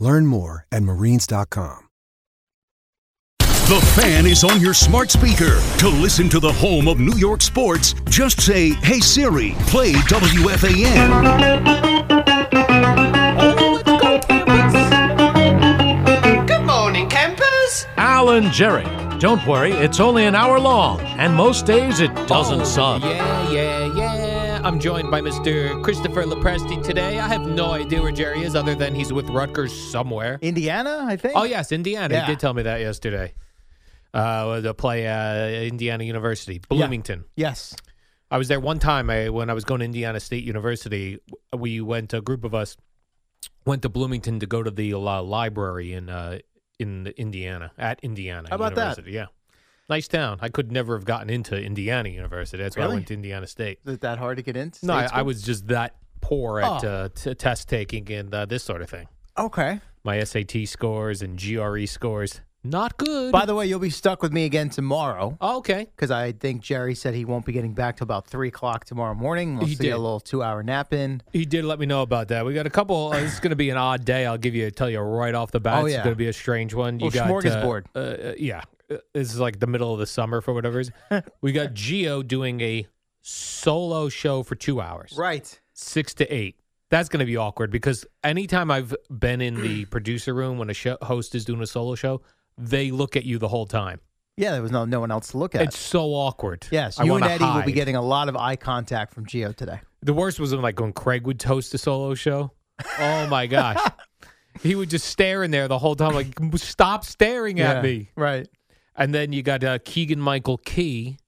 Speaker 5: Learn more at marines.com.
Speaker 6: The fan is on your smart speaker. To listen to the home of New York sports, just say, Hey Siri, play WFAN.
Speaker 7: Good morning, campers.
Speaker 8: Alan Jerry. Don't worry, it's only an hour long, and most days it doesn't
Speaker 2: Oh,
Speaker 8: suck.
Speaker 2: Yeah, yeah, yeah. I'm joined by Mr. Christopher Lepresti today. I have no idea where Jerry is other than he's with Rutgers somewhere.
Speaker 1: Indiana, I think.
Speaker 2: Oh, yes, Indiana.
Speaker 1: Yeah.
Speaker 2: He did tell me that yesterday. Uh, to play uh, Indiana University, Bloomington.
Speaker 1: Yes.
Speaker 2: I was there one time I, when I was going to Indiana State University. We went, a group of us went to Bloomington to go to the uh, library in uh, in Indiana at Indiana.
Speaker 9: How about that?
Speaker 2: University. Yeah, nice town. I could never have gotten into Indiana University. That's why I
Speaker 1: Really?
Speaker 2: went to Indiana State.
Speaker 1: Is it that hard to get into?
Speaker 2: No, I,
Speaker 1: state
Speaker 2: I
Speaker 1: school?
Speaker 2: was just that poor at
Speaker 1: Oh.
Speaker 2: uh, t- test taking and uh, this sort of thing.
Speaker 1: Okay.
Speaker 2: My SAT scores and GRE scores not good.
Speaker 1: By the way, you'll be stuck with me again tomorrow
Speaker 2: oh, okay,
Speaker 1: because I think Jerry said he won't be getting back to about three o'clock tomorrow morning. We'll
Speaker 2: He
Speaker 1: see
Speaker 2: did.
Speaker 1: a little two-hour nap in.
Speaker 2: He did let me know about that. We got a couple. Uh, it's going to be an odd day. I'll give you, tell you right off the bat.
Speaker 1: Oh,
Speaker 2: It's
Speaker 1: yeah.
Speaker 2: going to be a strange one. You
Speaker 1: Little
Speaker 2: got uh,
Speaker 1: smorgasbord.
Speaker 2: Uh, uh, yeah, Uh, this is like the middle of the summer for whatever it is. we got Geo doing a solo show for two hours,
Speaker 1: Right.
Speaker 2: six to eight. That's going to be awkward because anytime I've been in the producer room when a show, host is doing a solo show, they look at you the whole time.
Speaker 1: Yeah, there was no no one else to look at.
Speaker 2: It's so awkward.
Speaker 1: yes,
Speaker 2: I
Speaker 1: you and
Speaker 2: wanna
Speaker 1: Eddie will be
Speaker 2: hide.
Speaker 1: getting a lot of eye contact from Geo today.
Speaker 2: The worst was when, like when Craig would toast a solo show. Oh my gosh. he would just stare in there the whole time, like, stop staring at me.
Speaker 1: Right.
Speaker 2: And then you got uh, Keegan Michael Key,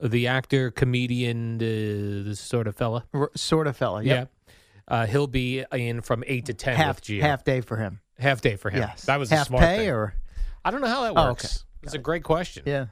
Speaker 2: the actor, comedian, uh, this sort of fella.
Speaker 1: R- sort of fella. Yep.
Speaker 2: Yeah. Uh, he'll be in from 8 to 10
Speaker 1: Half
Speaker 2: with Gio.
Speaker 1: half day for him.
Speaker 2: Half day for him.
Speaker 1: Yes.
Speaker 2: That was
Speaker 1: half
Speaker 2: a smart
Speaker 1: pay
Speaker 2: thing.
Speaker 1: or
Speaker 2: I don't know how that
Speaker 1: Oh, okay.
Speaker 2: works. It's a great question.
Speaker 1: yeah.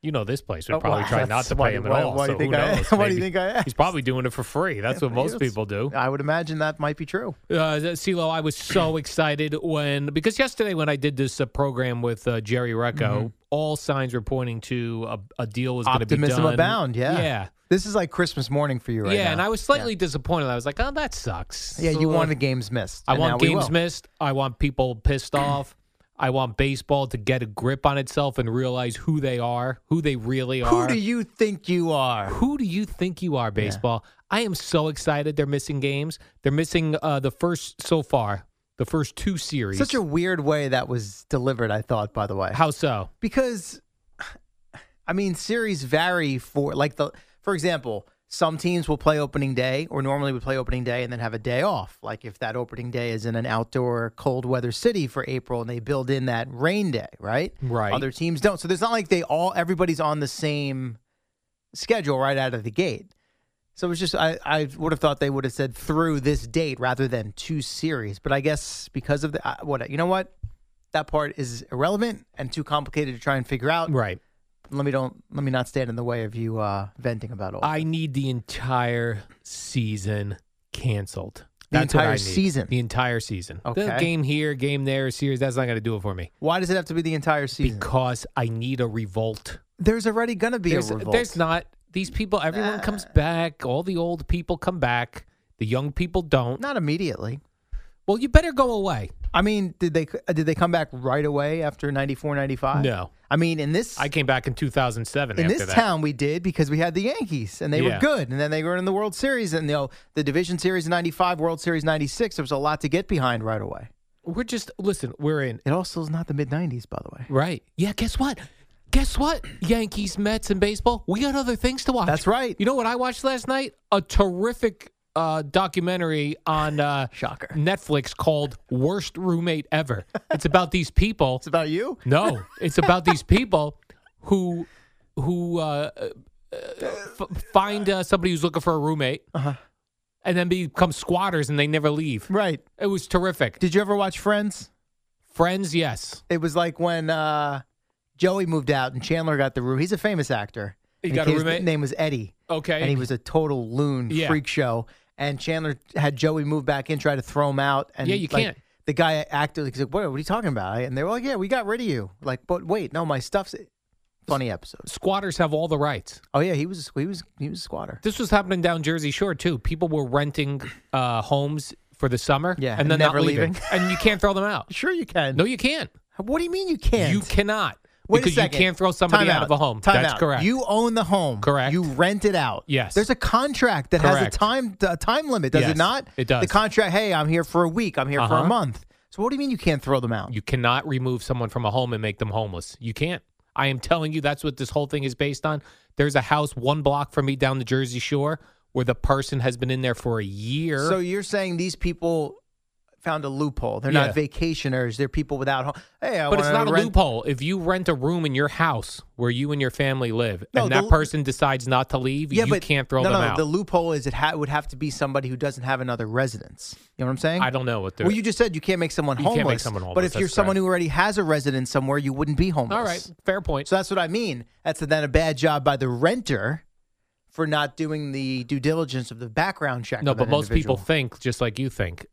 Speaker 2: You know, this place would
Speaker 1: Oh,
Speaker 2: probably
Speaker 1: well,
Speaker 2: try not
Speaker 1: that's-
Speaker 2: to
Speaker 1: why
Speaker 2: pay
Speaker 1: do-
Speaker 2: him at
Speaker 1: why-
Speaker 2: all.
Speaker 1: why
Speaker 2: so
Speaker 1: do you think
Speaker 2: who
Speaker 1: I-
Speaker 2: knows?
Speaker 1: why do
Speaker 2: Maybe-
Speaker 1: you think I
Speaker 2: He's probably doing it for free. That's what most
Speaker 1: Yes.
Speaker 2: people do.
Speaker 1: I would imagine that might be true.
Speaker 2: Uh, CeeLo, I was so excited when because yesterday when I did this uh, program with uh, Jerry Recco,
Speaker 1: Mm-hmm.
Speaker 2: all signs were pointing to a, a deal was going to be done.
Speaker 1: Optimism abound. Yeah.
Speaker 2: yeah,
Speaker 1: This is like Christmas morning for you right
Speaker 2: yeah.
Speaker 1: now.
Speaker 2: And I was slightly disappointed. I was like, oh, that sucks.
Speaker 1: Yeah, you
Speaker 2: Ugh.
Speaker 1: wanted games missed.
Speaker 2: I
Speaker 1: and now
Speaker 2: want
Speaker 1: we
Speaker 2: games
Speaker 1: will.
Speaker 2: missed. I want people pissed off. I want baseball to get a grip on itself and realize who they are, who they really
Speaker 1: Who
Speaker 2: are.
Speaker 1: do you think you are?
Speaker 2: Who do you think you are, baseball? I am so excited. They're missing games. They're missing uh, the first so far, the first two series.
Speaker 1: Such a weird way that was delivered, I thought, by the way.
Speaker 2: How so?
Speaker 1: because I mean series vary for like the for example, some teams will play opening day or normally would play opening day and then have a day off. Like if that opening day is in an outdoor cold weather city for April and they build in that rain day, right?
Speaker 2: Right.
Speaker 1: Other teams don't. So there's not like they all everybody's on the same schedule right out of the gate. So it was just I, I would have thought they would have said through this date rather than two series, but I guess because of the I- what you know what that part is irrelevant and too complicated to try and figure out.
Speaker 2: Right.
Speaker 1: Let me don't let me not stand in the way of you uh, venting about all.
Speaker 2: I need the entire season canceled.
Speaker 1: The
Speaker 2: That's what I
Speaker 1: entire
Speaker 2: need.
Speaker 1: season?
Speaker 2: The entire season. The
Speaker 1: Okay.
Speaker 2: game here, game there, series. That's not going to do it for me
Speaker 1: Why does it have to be the entire season?
Speaker 2: because I need a revolt.
Speaker 1: there's already gonna be
Speaker 2: There's,
Speaker 1: a revolt.
Speaker 2: there's not these people. Everyone comes back. All the old people come back. The young people don't.
Speaker 1: not immediately.
Speaker 2: Well, you better go away.
Speaker 1: I mean, did they did they come back right away after 94, 95?
Speaker 2: No.
Speaker 1: I mean, in this
Speaker 2: I came back in 2007.
Speaker 1: in
Speaker 2: after
Speaker 1: this
Speaker 2: that.
Speaker 1: town we did because we had the Yankees and they
Speaker 2: Yeah.
Speaker 1: were good and then they were in the World Series and you know the division series in 95 World Series 96 there was a lot to get behind right away
Speaker 2: we're just listen. We're in
Speaker 1: it also is not the mid 90s by the way
Speaker 2: right. Yeah. Guess what? Guess what? Yankees, Mets, and baseball. We got other things to watch.
Speaker 1: that's right
Speaker 2: You know what I watched last night? A terrific uh, documentary on uh,
Speaker 1: Shocker.
Speaker 2: Netflix called "Worst Roommate Ever." It's about these people.
Speaker 1: it's about you
Speaker 2: No, it's about these people who who uh, uh, f- find uh, somebody who's looking for a roommate, and then become squatters, and they never leave.
Speaker 1: Uh-huh. right
Speaker 2: It was terrific.
Speaker 1: did you ever watch Friends
Speaker 2: Friends, yes.
Speaker 1: it was like when uh, Joey moved out and Chandler got the room he's a famous actor
Speaker 2: He
Speaker 1: And
Speaker 2: got a
Speaker 1: his
Speaker 2: roommate?
Speaker 1: name was Eddie
Speaker 2: Okay.
Speaker 1: and he was a total loon
Speaker 2: Yeah.
Speaker 1: freak show. And Chandler had Joey move back in, try to throw him out. And
Speaker 2: Yeah, you
Speaker 1: like,
Speaker 2: can't.
Speaker 1: The guy acted like, he's like, what, what are you talking about? And they were like, yeah, we got rid of you. Like, but wait, no, my stuff's funny episodes.
Speaker 2: squatters have all the rights.
Speaker 1: Oh yeah, he was he was he was a squatter.
Speaker 2: This was happening down Jersey Shore too. People were renting uh, homes for the summer,
Speaker 1: Yeah,
Speaker 2: and
Speaker 1: and
Speaker 2: then
Speaker 1: never
Speaker 2: not leaving,
Speaker 1: leaving.
Speaker 2: and you can't throw them out.
Speaker 1: Sure, you can.
Speaker 2: No, you can't.
Speaker 1: what do you mean you can't?
Speaker 2: You cannot
Speaker 1: Wait a
Speaker 2: because you
Speaker 1: second.
Speaker 2: can't throw somebody
Speaker 1: Time
Speaker 2: out. of a home.
Speaker 1: Time
Speaker 2: That's
Speaker 1: out.
Speaker 2: correct.
Speaker 1: You own the home.
Speaker 2: Correct.
Speaker 1: You rent it out.
Speaker 2: Yes.
Speaker 1: There's a contract that has
Speaker 2: Correct.
Speaker 1: a time a time limit, does
Speaker 2: Yes,
Speaker 1: it not?
Speaker 2: it does.
Speaker 1: The contract. Hey, I'm here for a week. I'm here for
Speaker 2: Uh-huh.
Speaker 1: a month. So what do you mean you can't throw them out?
Speaker 2: you cannot remove someone from a home and make them homeless. You can't. I am telling you, that's what this whole thing is based on. There's a house one block from me down the Jersey Shore where the person has been in there for a year.
Speaker 1: So you're saying these people found a loophole. They're not
Speaker 2: Yeah.
Speaker 1: vacationers. They're people without home. Hey, I
Speaker 2: But it's
Speaker 1: wanna
Speaker 2: not a
Speaker 1: rent-
Speaker 2: loophole. If you rent a room in your house where you and your family live,
Speaker 1: No,
Speaker 2: and
Speaker 1: the
Speaker 2: that
Speaker 1: l-
Speaker 2: person decides not to leave, you can't throw
Speaker 1: no,
Speaker 2: them
Speaker 1: no,
Speaker 2: out.
Speaker 1: The loophole is it ha- would have to be somebody who doesn't have another residence. You know what I'm saying?
Speaker 2: I don't know what they're.
Speaker 1: Well, you just said you can't make someone
Speaker 2: You can't
Speaker 1: homeless.
Speaker 2: make someone
Speaker 1: But
Speaker 2: homeless,
Speaker 1: if you're
Speaker 2: that's
Speaker 1: someone
Speaker 2: correct.
Speaker 1: who already has a residence somewhere, you wouldn't be homeless.
Speaker 2: All right, fair point.
Speaker 1: So that's what I mean. That's then a bad job by the renter for not doing the due diligence of the background check.
Speaker 2: no,
Speaker 1: on
Speaker 2: but
Speaker 1: that
Speaker 2: most people
Speaker 1: individual.
Speaker 2: think just like you think.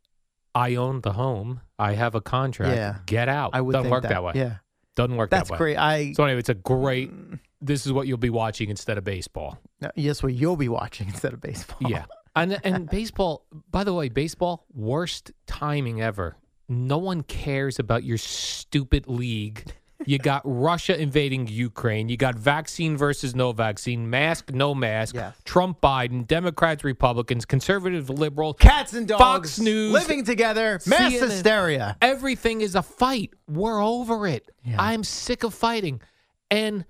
Speaker 2: I own the home. I have a contract.
Speaker 1: Yeah.
Speaker 2: Get out.
Speaker 1: I would
Speaker 2: Doesn't
Speaker 1: think
Speaker 2: work
Speaker 1: that,
Speaker 2: that, way.
Speaker 1: yeah.
Speaker 2: Doesn't work
Speaker 1: That's
Speaker 2: that way.
Speaker 1: great. Mm. I-
Speaker 2: So anyway, it's a great. This is what you'll be watching instead of baseball.
Speaker 1: No, yes, well, you'll be watching instead of baseball.
Speaker 2: Yeah. And and baseball, by the way, baseball worst timing ever. No one cares about your stupid league. You got Russia invading Ukraine. You got vaccine versus no vaccine, mask, no mask,
Speaker 1: Yes.
Speaker 2: Trump, Biden, Democrats, Republicans, conservative, liberal,
Speaker 1: Cats and dogs.
Speaker 2: Fox News,
Speaker 1: Living together. Mass
Speaker 2: CNN.
Speaker 1: hysteria.
Speaker 2: Everything is a fight. We're over it. I'm sick of fighting. And,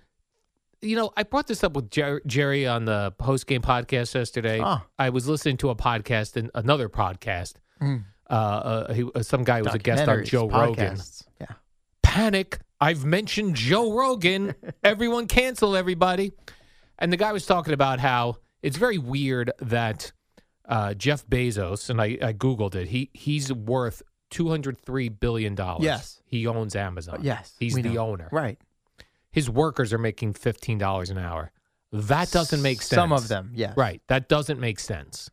Speaker 2: you know, I brought this up with Jer- Jerry on the post game podcast yesterday.
Speaker 1: Ah.
Speaker 2: I was listening to a podcast and another podcast. Uh, uh, he, uh, some guy was a guest on
Speaker 1: Hmm. Documentaries,
Speaker 2: Joe Rogan.
Speaker 1: podcasts. Yeah.
Speaker 2: Panic. I've mentioned Joe Rogan. Everyone cancel everybody. And the guy was talking about how it's very weird that uh, Jeff Bezos, and I, I Googled it, he he's worth $203 billion.
Speaker 1: Yes.
Speaker 2: He owns Amazon.
Speaker 1: Yes.
Speaker 2: He's
Speaker 1: we
Speaker 2: the
Speaker 1: know.
Speaker 2: owner.
Speaker 1: Right.
Speaker 2: His workers are making $15 an hour. That doesn't make sense.
Speaker 1: Some of them, yes.
Speaker 2: Right. That doesn't make sense.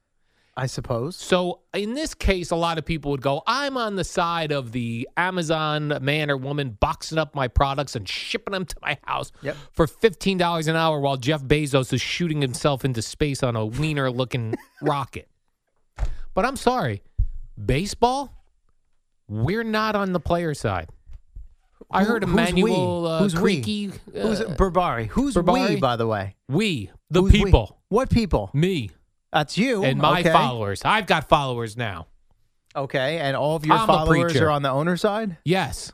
Speaker 1: I suppose.
Speaker 2: So in this case, a lot of people would go, I'm on the side of the Amazon man or woman boxing up my products and shipping them to my house
Speaker 1: Yep.
Speaker 2: for $15 an hour while Jeff Bezos is shooting himself into space on a wiener looking rocket. But I'm sorry, baseball, we're not on the player side. I
Speaker 1: Who-
Speaker 2: heard
Speaker 1: who's we?
Speaker 2: Emmanuel uh,
Speaker 1: Who's we?
Speaker 2: Greekey,
Speaker 1: Who's
Speaker 2: uh,
Speaker 1: Barbari? Who's we,
Speaker 2: Barbari?
Speaker 1: by the way?
Speaker 2: we, the
Speaker 1: Who's we?
Speaker 2: people,
Speaker 1: What people?
Speaker 2: me,
Speaker 1: That's you
Speaker 2: and my
Speaker 1: okay.
Speaker 2: followers. I've got followers now.
Speaker 1: Okay, and all of your
Speaker 2: I'm a
Speaker 1: followers
Speaker 2: preacher.
Speaker 1: are on the owner side.
Speaker 2: Yes.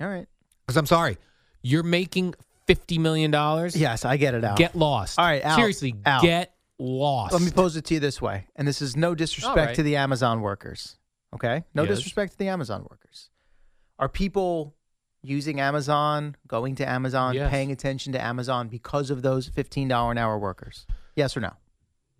Speaker 1: All right.
Speaker 2: Because I'm sorry, you're making fifty million dollars.
Speaker 1: Yes, I get it out.
Speaker 2: get lost.
Speaker 1: All right, out,
Speaker 2: seriously,
Speaker 1: out.
Speaker 2: get lost.
Speaker 1: Let me pose it to you this way, and this is no disrespect
Speaker 2: All right.
Speaker 1: to the Amazon workers. Okay, no
Speaker 2: Yes.
Speaker 1: disrespect to the Amazon workers. Are people using Amazon, going to Amazon,
Speaker 2: Yes.
Speaker 1: paying attention to Amazon because of those fifteen dollar an hour workers? Yes or no?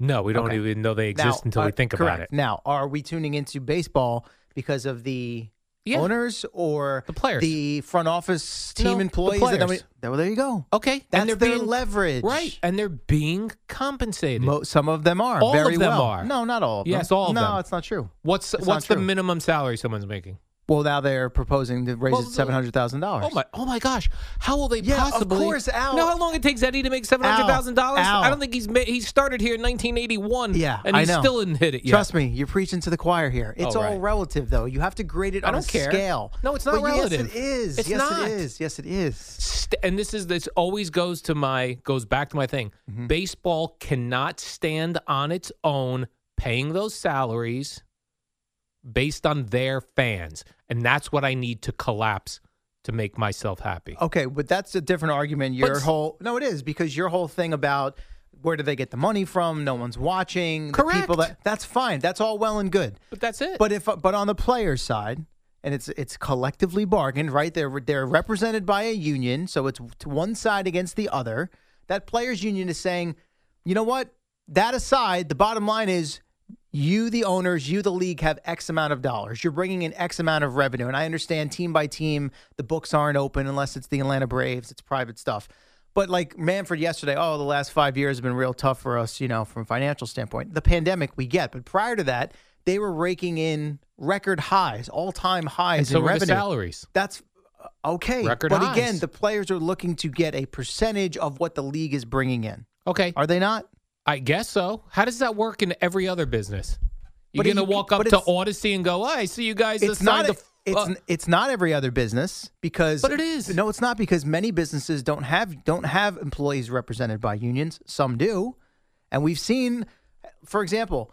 Speaker 2: no, we don't
Speaker 1: Okay.
Speaker 2: even know they exist
Speaker 1: Now,
Speaker 2: until we
Speaker 1: uh,
Speaker 2: think
Speaker 1: correct.
Speaker 2: about it.
Speaker 1: Now, are we tuning into baseball because of the
Speaker 2: Yeah.
Speaker 1: owners or
Speaker 2: The players.
Speaker 1: the front office team
Speaker 2: No, the
Speaker 1: employees? that
Speaker 2: players.
Speaker 1: nobody- well, there you go.
Speaker 2: Okay,
Speaker 1: That's
Speaker 2: and they're
Speaker 1: their
Speaker 2: being
Speaker 1: leverage.
Speaker 2: right, and they're being compensated.
Speaker 1: Mo- some of them are
Speaker 2: All
Speaker 1: very
Speaker 2: of them
Speaker 1: well.
Speaker 2: are.
Speaker 1: No, not all of them.
Speaker 2: Yes, all of
Speaker 1: no,
Speaker 2: them.
Speaker 1: it's not true.
Speaker 2: what's
Speaker 1: It's
Speaker 2: what's
Speaker 1: not
Speaker 2: the
Speaker 1: true.
Speaker 2: minimum salary someone's making?
Speaker 1: Well, now they're proposing to raise
Speaker 2: Well,
Speaker 1: it seven hundred thousand dollars.
Speaker 2: Oh my! Oh my gosh! How will they
Speaker 1: Yeah, of
Speaker 2: possibly?
Speaker 1: course, Al.
Speaker 2: Know how long it takes Eddie to make seven hundred thousand dollars?
Speaker 1: Al.
Speaker 2: I don't think he's ma- he started here in nineteen eighty one.
Speaker 1: Yeah,
Speaker 2: and he
Speaker 1: I know.
Speaker 2: still didn't hit it yet.
Speaker 1: Trust me, you're preaching to the choir here. It's
Speaker 2: Oh,
Speaker 1: all
Speaker 2: right.
Speaker 1: relative, though. You have to grade it
Speaker 2: I
Speaker 1: on
Speaker 2: don't
Speaker 1: a
Speaker 2: care.
Speaker 1: scale.
Speaker 2: No, it's not
Speaker 1: But
Speaker 2: relative.
Speaker 1: Yes, it is.
Speaker 2: It's
Speaker 1: yes,
Speaker 2: not.
Speaker 1: it is. Yes, it is.
Speaker 2: st- and this is this always goes to my goes back to my thing.
Speaker 1: Mm-hmm.
Speaker 2: Baseball cannot stand on its own paying those salaries based on their fans, and that's what I need to collapse to make myself happy.
Speaker 1: Okay, but that's a different argument. Your
Speaker 2: s-
Speaker 1: whole no, it is because your whole thing about where do they get the money from? No one's watching. The people
Speaker 2: Correct.
Speaker 1: that that's fine. That's all well and good.
Speaker 2: But that's it.
Speaker 1: But if but on the player's side, and it's it's collectively bargained, right? They're they're represented by a union, so it's to one side against the other. That players' union is saying, you know what? That aside, the bottom line is you, the owners, you, the league, have X amount of dollars. You're bringing in X amount of revenue. And I understand team by team, the books aren't open unless it's the Atlanta Braves, it's private stuff. But like Manfred yesterday, oh, the last five years have been real tough for us, you know, from a financial standpoint. The pandemic we get. But prior to that, they were raking in record highs, all time highs
Speaker 2: and so
Speaker 1: in
Speaker 2: were the
Speaker 1: revenue.
Speaker 2: salahighs.
Speaker 1: That's uh, okay.
Speaker 2: Record
Speaker 1: but
Speaker 2: highs.
Speaker 1: again, the players are looking to get a percentage of what the league is bringing in.
Speaker 2: Okay,
Speaker 1: Are they not?
Speaker 2: I guess so. How does that work in every other business? You're
Speaker 1: But
Speaker 2: gonna
Speaker 1: you-
Speaker 2: walk
Speaker 1: but
Speaker 2: up to
Speaker 1: it's-
Speaker 2: Odyssey and go, "Oh, "I see you guys."
Speaker 1: it's
Speaker 2: assigned
Speaker 1: not
Speaker 2: the
Speaker 1: a-
Speaker 2: f-
Speaker 1: it's
Speaker 2: uh,
Speaker 1: n- it's not every other business because
Speaker 2: But it is.
Speaker 1: no it's not because many businesses don't have don't have employees represented by unions some do and we've seen for example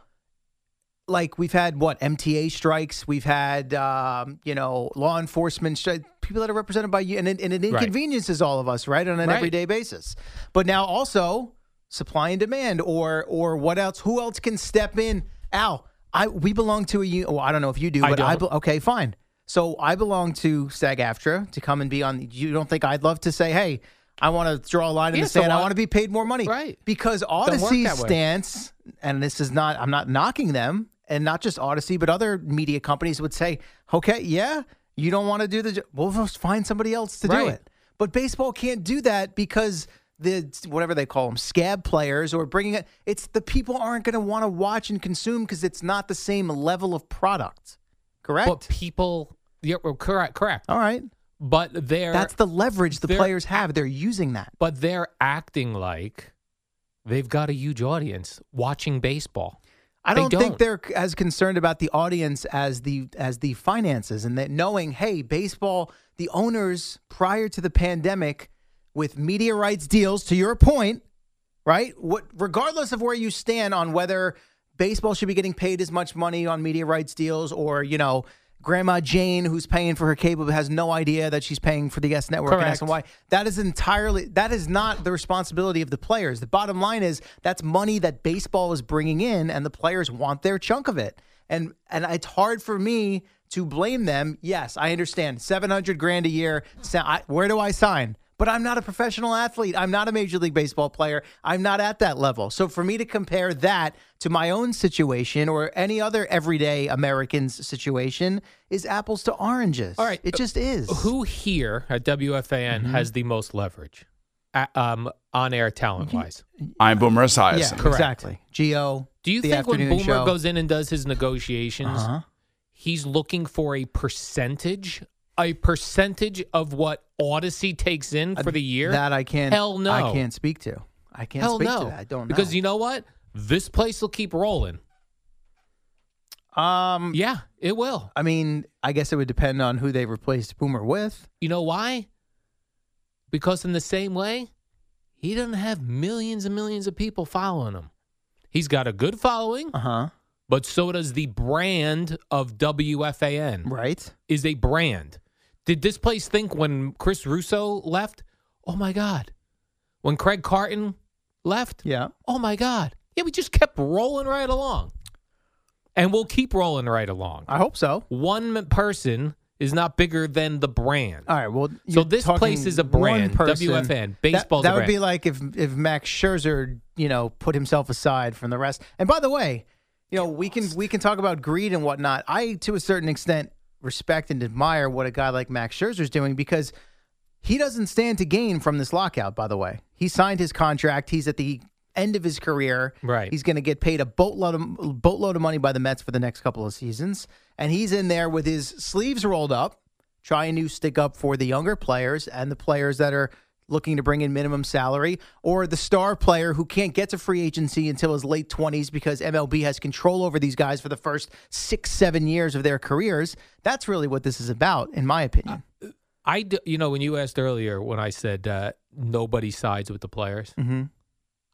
Speaker 1: like we've had what MTA strikes we've had um, you know law enforcement stri- people that are represented by you and it, and it inconveniences all of us right on an
Speaker 2: Right.
Speaker 1: everyday basis but now also supply and demand or or what else who else can step in Al I we belong to a union. Well, I don't know if you do,
Speaker 2: I
Speaker 1: but I,
Speaker 2: don't.
Speaker 1: be- okay, fine. So I belong to SAG-AFTRA to come and be on. You don't think I'd love to say, hey, I want to draw a line in
Speaker 2: Yeah,
Speaker 1: the
Speaker 2: so
Speaker 1: sand. I
Speaker 2: I-
Speaker 1: want to be paid more money,
Speaker 2: Right.
Speaker 1: Because
Speaker 2: work
Speaker 1: Odyssey's
Speaker 2: that way.
Speaker 1: stance, and this is not, I'm not knocking them, and not just Odyssey, but other media companies would say, okay, yeah, you don't want to do the, jo- we'll just find somebody else to do
Speaker 2: Right.
Speaker 1: it. But baseball can't do that because the whatever they call them, scab players or bringing it, it's the people aren't going to want to watch and consume because it's not the same level of product. Correct?
Speaker 2: But people, yeah, well, correct, correct.
Speaker 1: All right.
Speaker 2: But they're
Speaker 1: That's the leverage the
Speaker 2: they're-
Speaker 1: players have. They're using that.
Speaker 2: but they're acting like they've got a huge audience watching baseball.
Speaker 1: I
Speaker 2: They
Speaker 1: don't, think
Speaker 2: don't.
Speaker 1: they're c- as concerned about the audience as the as the finances and that knowing, hey, baseball, the owners prior to the pandemic with media rights deals, to your point, right? What regardless of where you stand on whether baseball should be getting paid as much money on media rights deals or, you know, Grandma Jane who's paying for her cable has no idea that she's paying for the S network and
Speaker 2: Correct.
Speaker 1: S and Y. That is entirely that is not the responsibility of the players. The bottom line is that's money that baseball is bringing in and the players want their chunk of it. And and it's hard for me to blame them. Yes, I understand. 700 grand a year. So I, where do I sign? But I'm not a professional athlete. I'm not a major league baseball player. I'm not at that level. So for me to compare that to my own situation or any other everyday American's situation is apples to oranges.
Speaker 2: All right.
Speaker 1: It just is.
Speaker 2: Who here at WFAN
Speaker 1: Mm-hmm.
Speaker 2: has the most leverage, uh, um, on air talent wise?
Speaker 10: I'm Boomer
Speaker 1: Yeah,
Speaker 10: Esiason.
Speaker 1: exactly. Geo.
Speaker 2: Do you
Speaker 1: the
Speaker 2: think when
Speaker 1: afternoon
Speaker 2: Boomer
Speaker 1: show.
Speaker 2: goes in and does his negotiations,
Speaker 1: Uh-huh.
Speaker 2: he's looking for a percentage, a percentage of what Odyssey takes in for the year?
Speaker 1: Uh, That I can't.
Speaker 2: Hell no.
Speaker 1: I can't speak to. I can't
Speaker 2: Hell
Speaker 1: speak
Speaker 2: no.
Speaker 1: to that. I don't know.
Speaker 2: because you know what? This place will keep rolling.
Speaker 1: um,
Speaker 2: Yeah, it will.
Speaker 1: I mean, I guess it would depend on who they replaced Boomer with.
Speaker 2: You know why? Because in the same way, he doesn't have millions and millions of people following him. He's got a good following,
Speaker 1: Uh huh.
Speaker 2: but so does the brand of WFAN.
Speaker 1: Right.
Speaker 2: Is a brand. Did this place think when Chris Russo left? Oh my God. When Craig Carton left?
Speaker 1: Yeah.
Speaker 2: Oh my God. Yeah, we just kept rolling right along. And we'll keep rolling right along.
Speaker 1: I hope so.
Speaker 2: One m- person is not bigger than the brand.
Speaker 1: All right. Well,
Speaker 2: So
Speaker 1: you're
Speaker 2: this
Speaker 1: talking
Speaker 2: place is a
Speaker 1: one
Speaker 2: brand,
Speaker 1: person.
Speaker 2: WFN,
Speaker 1: That-
Speaker 2: baseball's
Speaker 1: That,
Speaker 2: a
Speaker 1: would be
Speaker 2: brand.
Speaker 1: like if if Max Scherzer, you know, put himself aside from the rest. And by the way, you know, we can we can talk about greed and whatnot. I, to a certain extent, respect and admire what a guy like Max Scherzer is doing because he doesn't stand to gain from this lockout. By the way, he signed his contract. He's at the end of his career.
Speaker 2: Right.
Speaker 1: He's going to get paid a boatload of boatload of money by the Mets for the next couple of seasons, and he's in there with his sleeves rolled up, trying to stick up for the younger players and the players that are looking to bring in minimum salary or the star player who can't get to free agency until his late 20s because MLB has control over these guys for the first 6 7 years of their careers that's really what this is about in my opinion
Speaker 2: I, d- you know, when you asked earlier when I said uh, nobody sides with the players,
Speaker 1: mm-hmm.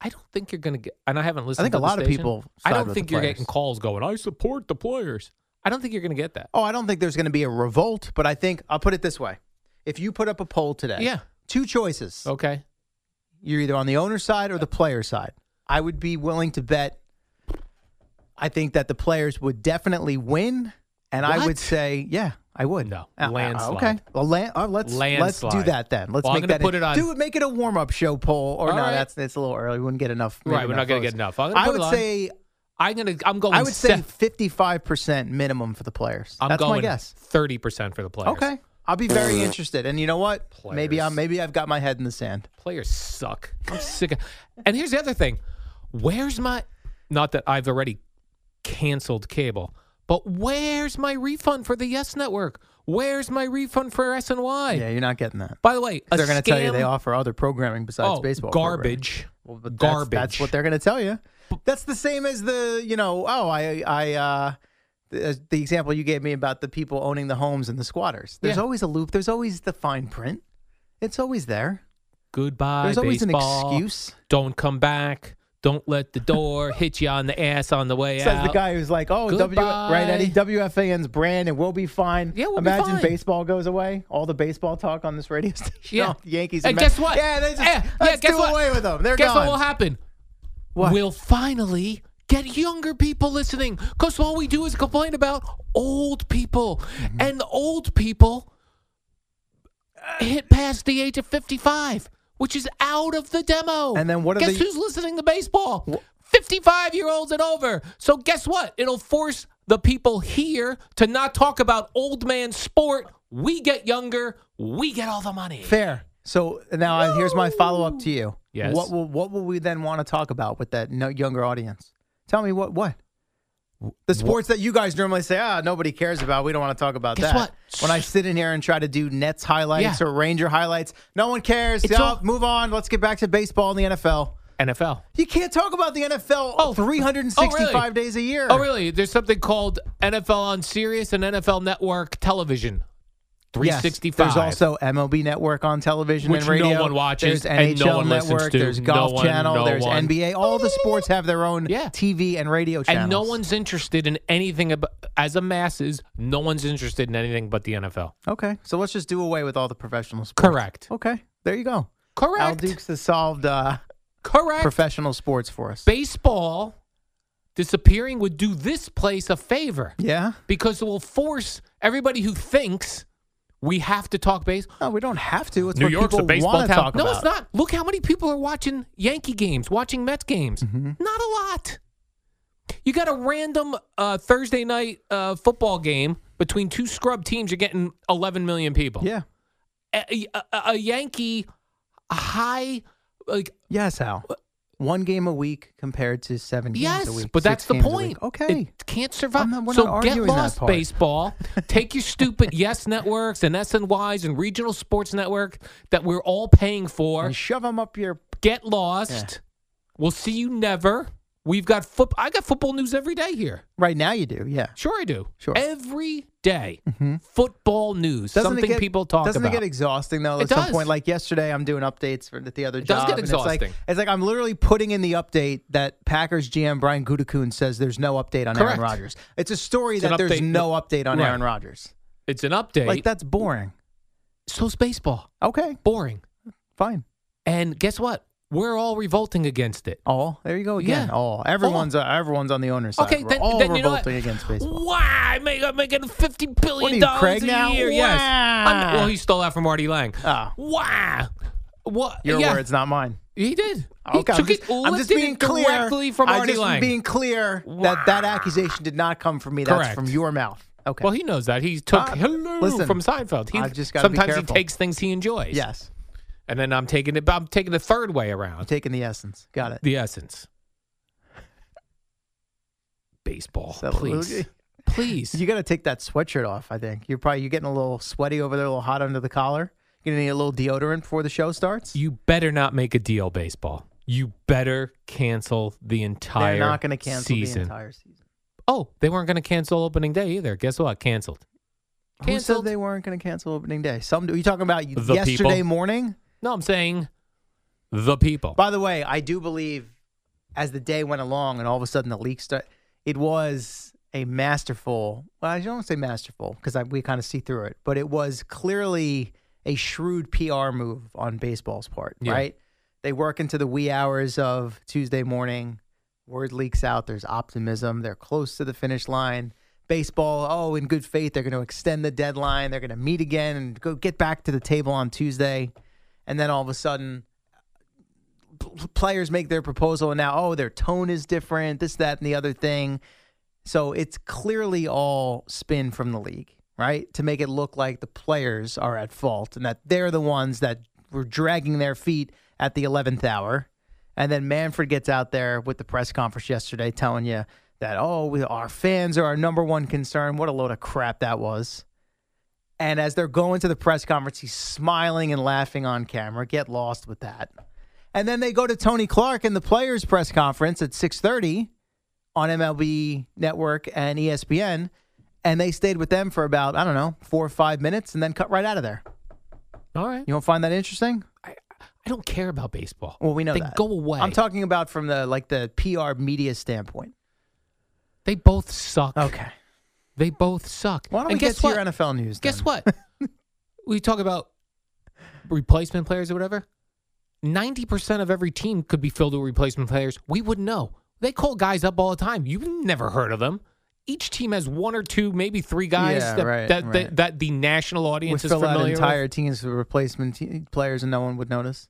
Speaker 2: I don't think you're going to get, and I haven't listened
Speaker 1: think
Speaker 2: to
Speaker 1: a
Speaker 2: the
Speaker 1: lot of
Speaker 2: station.
Speaker 1: people
Speaker 2: I
Speaker 1: side
Speaker 2: don't
Speaker 1: with
Speaker 2: think
Speaker 1: the
Speaker 2: you're
Speaker 1: players.
Speaker 2: getting calls going, I support the players. I don't think you're going to get that.
Speaker 1: Oh, I don't think there's going to be a revolt, but I think I'll put it this way. If you put up a poll today,
Speaker 2: Yeah.
Speaker 1: two choices.
Speaker 2: Okay.
Speaker 1: You're either on the owner's side or the player's side. I would be willing to bet I think that the players would definitely win and I would
Speaker 2: What?
Speaker 1: say, yeah, I would.
Speaker 2: No.
Speaker 1: Uh, uh,
Speaker 2: Landslide.
Speaker 1: Okay. Well, lan- uh, let's let's do
Speaker 2: Landslide.
Speaker 1: that then. Let's
Speaker 2: Well, I'm
Speaker 1: make
Speaker 2: gonna
Speaker 1: that
Speaker 2: put
Speaker 1: a-
Speaker 2: it on-
Speaker 1: Do it make it a warm-up show poll or
Speaker 2: All
Speaker 1: no,
Speaker 2: right.
Speaker 1: that's it's a little early. We wouldn't get enough. maybe
Speaker 2: Right, we're not gonna
Speaker 1: votes.
Speaker 2: get enough. I'm gonna
Speaker 1: I
Speaker 2: put it
Speaker 1: would
Speaker 2: on.
Speaker 1: say
Speaker 2: I'm going to, I'm going,
Speaker 1: I would say
Speaker 2: se-
Speaker 1: 55% minimum for the players.
Speaker 2: I'm
Speaker 1: that's
Speaker 2: going
Speaker 1: my guess.
Speaker 2: 30% for the players.
Speaker 1: Okay. I'll be very interested. And you know what? Maybe
Speaker 2: Players.
Speaker 1: I'm maybe I've got my head in the sand.
Speaker 2: Players suck. I'm sick of, and here's the other thing. Where's my, not that I've already canceled cable, but where's my refund for the Yes Network? Where's my refund for SNY?
Speaker 1: Yeah, you're not getting that.
Speaker 2: By the way, a
Speaker 1: They're going to tell you
Speaker 2: scam-
Speaker 1: they offer other programming besides
Speaker 2: oh,
Speaker 1: baseball. programming.
Speaker 2: Garbage.
Speaker 1: Well, but that's-
Speaker 2: garbage.
Speaker 1: That's, what they're going to tell you. That's the same as the, you know, oh, I I uh the, the example you gave me about the people owning the homes and the squatters. There's
Speaker 2: Yeah.
Speaker 1: always a loop. There's always the fine print. It's always there.
Speaker 2: Goodbye.
Speaker 1: There's always an
Speaker 2: baseball.
Speaker 1: excuse.
Speaker 2: Don't come back. Don't let the door hit you on the ass on the way
Speaker 1: Says
Speaker 2: out.
Speaker 1: the guy who's like, oh, w, right, Eddie, WFAN's brand, and we'll be fine.
Speaker 2: Yeah, we'll be
Speaker 1: Imagine
Speaker 2: fine.
Speaker 1: baseball goes away. All the baseball talk on this radio station.
Speaker 2: Yeah.
Speaker 1: Oh, Yankees.
Speaker 2: And
Speaker 1: and
Speaker 2: guess
Speaker 1: Mets.
Speaker 2: what?
Speaker 1: Yeah, they just,
Speaker 2: Eh, yeah,
Speaker 1: let's
Speaker 2: guess
Speaker 1: do
Speaker 2: what?
Speaker 1: away with them. They're
Speaker 2: Guess what
Speaker 1: gone.
Speaker 2: will happen?
Speaker 1: What?
Speaker 2: We'll finally Get younger people listening because all we do is complain about old people.
Speaker 1: Mm-hmm.
Speaker 2: And old people hit past the age of 55, which is out of the demo.
Speaker 1: And then what are
Speaker 2: Guess
Speaker 1: the-
Speaker 2: who's listening to baseball? 55 year olds and over. So guess what? It'll force the people here to not talk about old man sport. We get younger, we get all the money.
Speaker 1: Fair. So now I, here's my follow up to you.
Speaker 2: Yes.
Speaker 1: What will what will we then want to talk about with that no, younger audience? Tell me what what the sports that you guys normally say ah nobody cares about. We don't want to talk about
Speaker 2: Guess
Speaker 1: that.
Speaker 2: what?
Speaker 1: When I sit in here and try to do Nets highlights
Speaker 2: Yeah.
Speaker 1: or Ranger highlights, no one cares.
Speaker 2: It's
Speaker 1: Yeah,
Speaker 2: all-
Speaker 1: move on. Let's get back to baseball and the NFL.
Speaker 2: NFL.
Speaker 1: You can't talk about the NFL
Speaker 2: Oh,
Speaker 1: 365
Speaker 2: oh, really?
Speaker 1: days a year.
Speaker 2: Oh, really? There's something called NFL on Sirius and NFL Network Television.
Speaker 1: Yes,
Speaker 2: 365.
Speaker 1: there's also MLB Network on television
Speaker 2: Which
Speaker 1: and
Speaker 2: no
Speaker 1: radio.
Speaker 2: one watches
Speaker 1: There's
Speaker 2: and
Speaker 1: NHL
Speaker 2: no one listens
Speaker 1: Network.
Speaker 2: to.
Speaker 1: There's
Speaker 2: No
Speaker 1: Golf
Speaker 2: one,
Speaker 1: Channel.
Speaker 2: no
Speaker 1: there's
Speaker 2: one.
Speaker 1: NBA. All the sports have their own
Speaker 2: Yeah.
Speaker 1: TV and radio channels.
Speaker 2: and no one's interested in anything about, as a masses, no one's interested in anything but the NFL.
Speaker 1: Okay, so let's just do away with all the professional sports.
Speaker 2: Correct.
Speaker 1: Okay, there you go. Al
Speaker 2: Correct.
Speaker 1: Dukes has solved uh,
Speaker 2: Correct.
Speaker 1: professional sports for us.
Speaker 2: Baseball disappearing would do this place a favor
Speaker 1: yeah.
Speaker 2: because it will force everybody who thinks we have to talk base.
Speaker 1: No, we don't have to. It's
Speaker 2: New
Speaker 1: what
Speaker 2: York's a
Speaker 1: people
Speaker 2: baseball
Speaker 1: wanna
Speaker 2: town.
Speaker 1: Talk
Speaker 2: no,
Speaker 1: about.
Speaker 2: it's not. Look how many people are watching Yankee games, watching Mets games.
Speaker 1: Mm-hmm.
Speaker 2: Not a lot. You got a random uh, Thursday night uh, football game between two scrub teams. You're getting 11 million people.
Speaker 1: Yeah.
Speaker 2: A, a, a- a Yankee high, like
Speaker 1: Yes, Al. One game a week compared to seven games a
Speaker 2: yes,
Speaker 1: week.
Speaker 2: but
Speaker 1: six
Speaker 2: that's the
Speaker 1: games a week.
Speaker 2: point.
Speaker 1: Okay.
Speaker 2: it can't survive.
Speaker 1: I'm not- we're
Speaker 2: so
Speaker 1: not
Speaker 2: get
Speaker 1: arguing that
Speaker 2: lost,
Speaker 1: part.
Speaker 2: baseball. Take your stupid yes networks and S and Ys and regional sports network that we're all paying for.
Speaker 1: and shove them up your
Speaker 2: Get lost. We'll see you never. We've got foot. I got football news every day here.
Speaker 1: right now. You do, yeah.
Speaker 2: Sure, I do.
Speaker 1: Sure.
Speaker 2: every day. football news. something
Speaker 1: it get-
Speaker 2: people talk
Speaker 1: doesn't
Speaker 2: about.
Speaker 1: it get exhausting though? At
Speaker 2: It
Speaker 1: some
Speaker 2: does.
Speaker 1: point, like yesterday, I'm doing updates for the other
Speaker 2: It does
Speaker 1: job.
Speaker 2: get
Speaker 1: and it's like-
Speaker 2: exhausting.
Speaker 1: It's like, I'm literally putting in the update that Packers GM Brian Gutekunst says there's no update on
Speaker 2: Correct.
Speaker 1: Aaron Rodgers. It's a story
Speaker 2: It's an
Speaker 1: that there's
Speaker 2: update.
Speaker 1: no update on
Speaker 2: Right.
Speaker 1: Aaron Rodgers.
Speaker 2: it's an update.
Speaker 1: Like that's boring.
Speaker 2: So's baseball.
Speaker 1: Okay,
Speaker 2: Boring.
Speaker 1: fine.
Speaker 2: And guess what? We're all revolting against it.
Speaker 1: All there you go again.
Speaker 2: Yeah.
Speaker 1: All everyone's uh, everyone's on the owner's side.
Speaker 2: Okay,
Speaker 1: We're
Speaker 2: then,
Speaker 1: all
Speaker 2: then you know what?
Speaker 1: revolting against baseball.
Speaker 2: Why I'm making, I'm making fifty billion
Speaker 1: What are you,
Speaker 2: dollars
Speaker 1: Craig,
Speaker 2: a
Speaker 1: now?
Speaker 2: year? Yes. I'm-
Speaker 1: Wah.
Speaker 2: well, he stole that from Marty Lang.
Speaker 1: Ah.
Speaker 2: Why? What?
Speaker 1: Your
Speaker 2: yeah,
Speaker 1: words, not mine.
Speaker 2: He did.
Speaker 1: Okay,
Speaker 2: he took
Speaker 1: I'm just,
Speaker 2: it.
Speaker 1: I'm just
Speaker 2: lifted
Speaker 1: being
Speaker 2: it
Speaker 1: clear.
Speaker 2: directly from
Speaker 1: I'm
Speaker 2: Marty
Speaker 1: just
Speaker 2: Lang.
Speaker 1: being clear that that accusation did not come from me. That's
Speaker 2: Correct.
Speaker 1: from your mouth. Okay.
Speaker 2: Well, he knows that. He took
Speaker 1: Ah,
Speaker 2: hello
Speaker 1: listen,
Speaker 2: from Seinfeld. He
Speaker 1: I've just gotta be
Speaker 2: sometimes he
Speaker 1: careful.
Speaker 2: takes things he enjoys.
Speaker 1: yes.
Speaker 2: and then I'm taking it. I'm taking the third way around.
Speaker 1: Taking the essence. Got it.
Speaker 2: the essence. Baseball,
Speaker 1: So-
Speaker 2: please, please.
Speaker 1: You got to take that sweatshirt off. I think you're probably you're getting a little sweaty over there, a little hot under the collar. You're gonna need a little deodorant before the show starts.
Speaker 2: You better not make a deal, baseball. You better cancel the entire
Speaker 1: They're not gonna cancel
Speaker 2: season.
Speaker 1: the entire season.
Speaker 2: oh, they weren't going to cancel opening day either. Guess what? Canceled.
Speaker 1: Who
Speaker 2: Canceled.
Speaker 1: said they weren't gonna cancel opening day? Some. Are you talking about
Speaker 2: The
Speaker 1: yesterday
Speaker 2: people.
Speaker 1: morning?
Speaker 2: No, I'm saying the people.
Speaker 1: By the way, I do believe as the day went along and all of a sudden the leak started, it was a masterful, well, I don't want to say masterful because we kind of see through it, but it was clearly a shrewd PR move on baseball's part,
Speaker 2: Yeah.
Speaker 1: right? They work into the wee hours of Tuesday morning. Word leaks out. There's optimism. They're close to the finish line. Baseball, oh, in good faith, they're going to extend the deadline. They're going to meet again and go get back to the table on Tuesday. And then all of a sudden, p- players make their proposal and now oh their tone is different this that and the other thing so it's clearly all spin from the league right to make it look like the players are at fault and that they're the ones that were dragging their feet at the 11th hour and then manfred gets out there with the press conference yesterday telling you that oh we, our fans are our number one concern what a load of crap that was and as they're going to the press conference he's smiling and laughing on camera get lost with that and then they go to Tony Clark in the players press conference at 6:30 on MLB Network and E ESPN and they stayed with them for about I don't know, 4 or 5 minutes and then cut right out of there.
Speaker 2: All right.
Speaker 1: You don't find that interesting?
Speaker 2: I don't care about baseball.
Speaker 1: Well, we know
Speaker 2: they
Speaker 1: that.
Speaker 2: go away.
Speaker 1: I'm talking about from the like the PR media standpoint.
Speaker 2: They both suck.
Speaker 1: Okay.
Speaker 2: They both suck.
Speaker 1: Why don't
Speaker 2: and
Speaker 1: we get
Speaker 2: guess
Speaker 1: to
Speaker 2: what?
Speaker 1: your NFL news?
Speaker 2: Guess
Speaker 1: then?
Speaker 2: what? we talk about replacement players or whatever. Ninety percent of every team could be filled with replacement players. We wouldn't know. They call guys up all the time. You've never heard of them. Each team has one or two, maybe three guys
Speaker 1: Yeah,
Speaker 2: that,
Speaker 1: right,
Speaker 2: that,
Speaker 1: right.
Speaker 2: that that the national
Speaker 1: We
Speaker 2: audience is
Speaker 1: fill out
Speaker 2: familiar
Speaker 1: entire
Speaker 2: with.
Speaker 1: teams with replacement te- players, and no one would notice.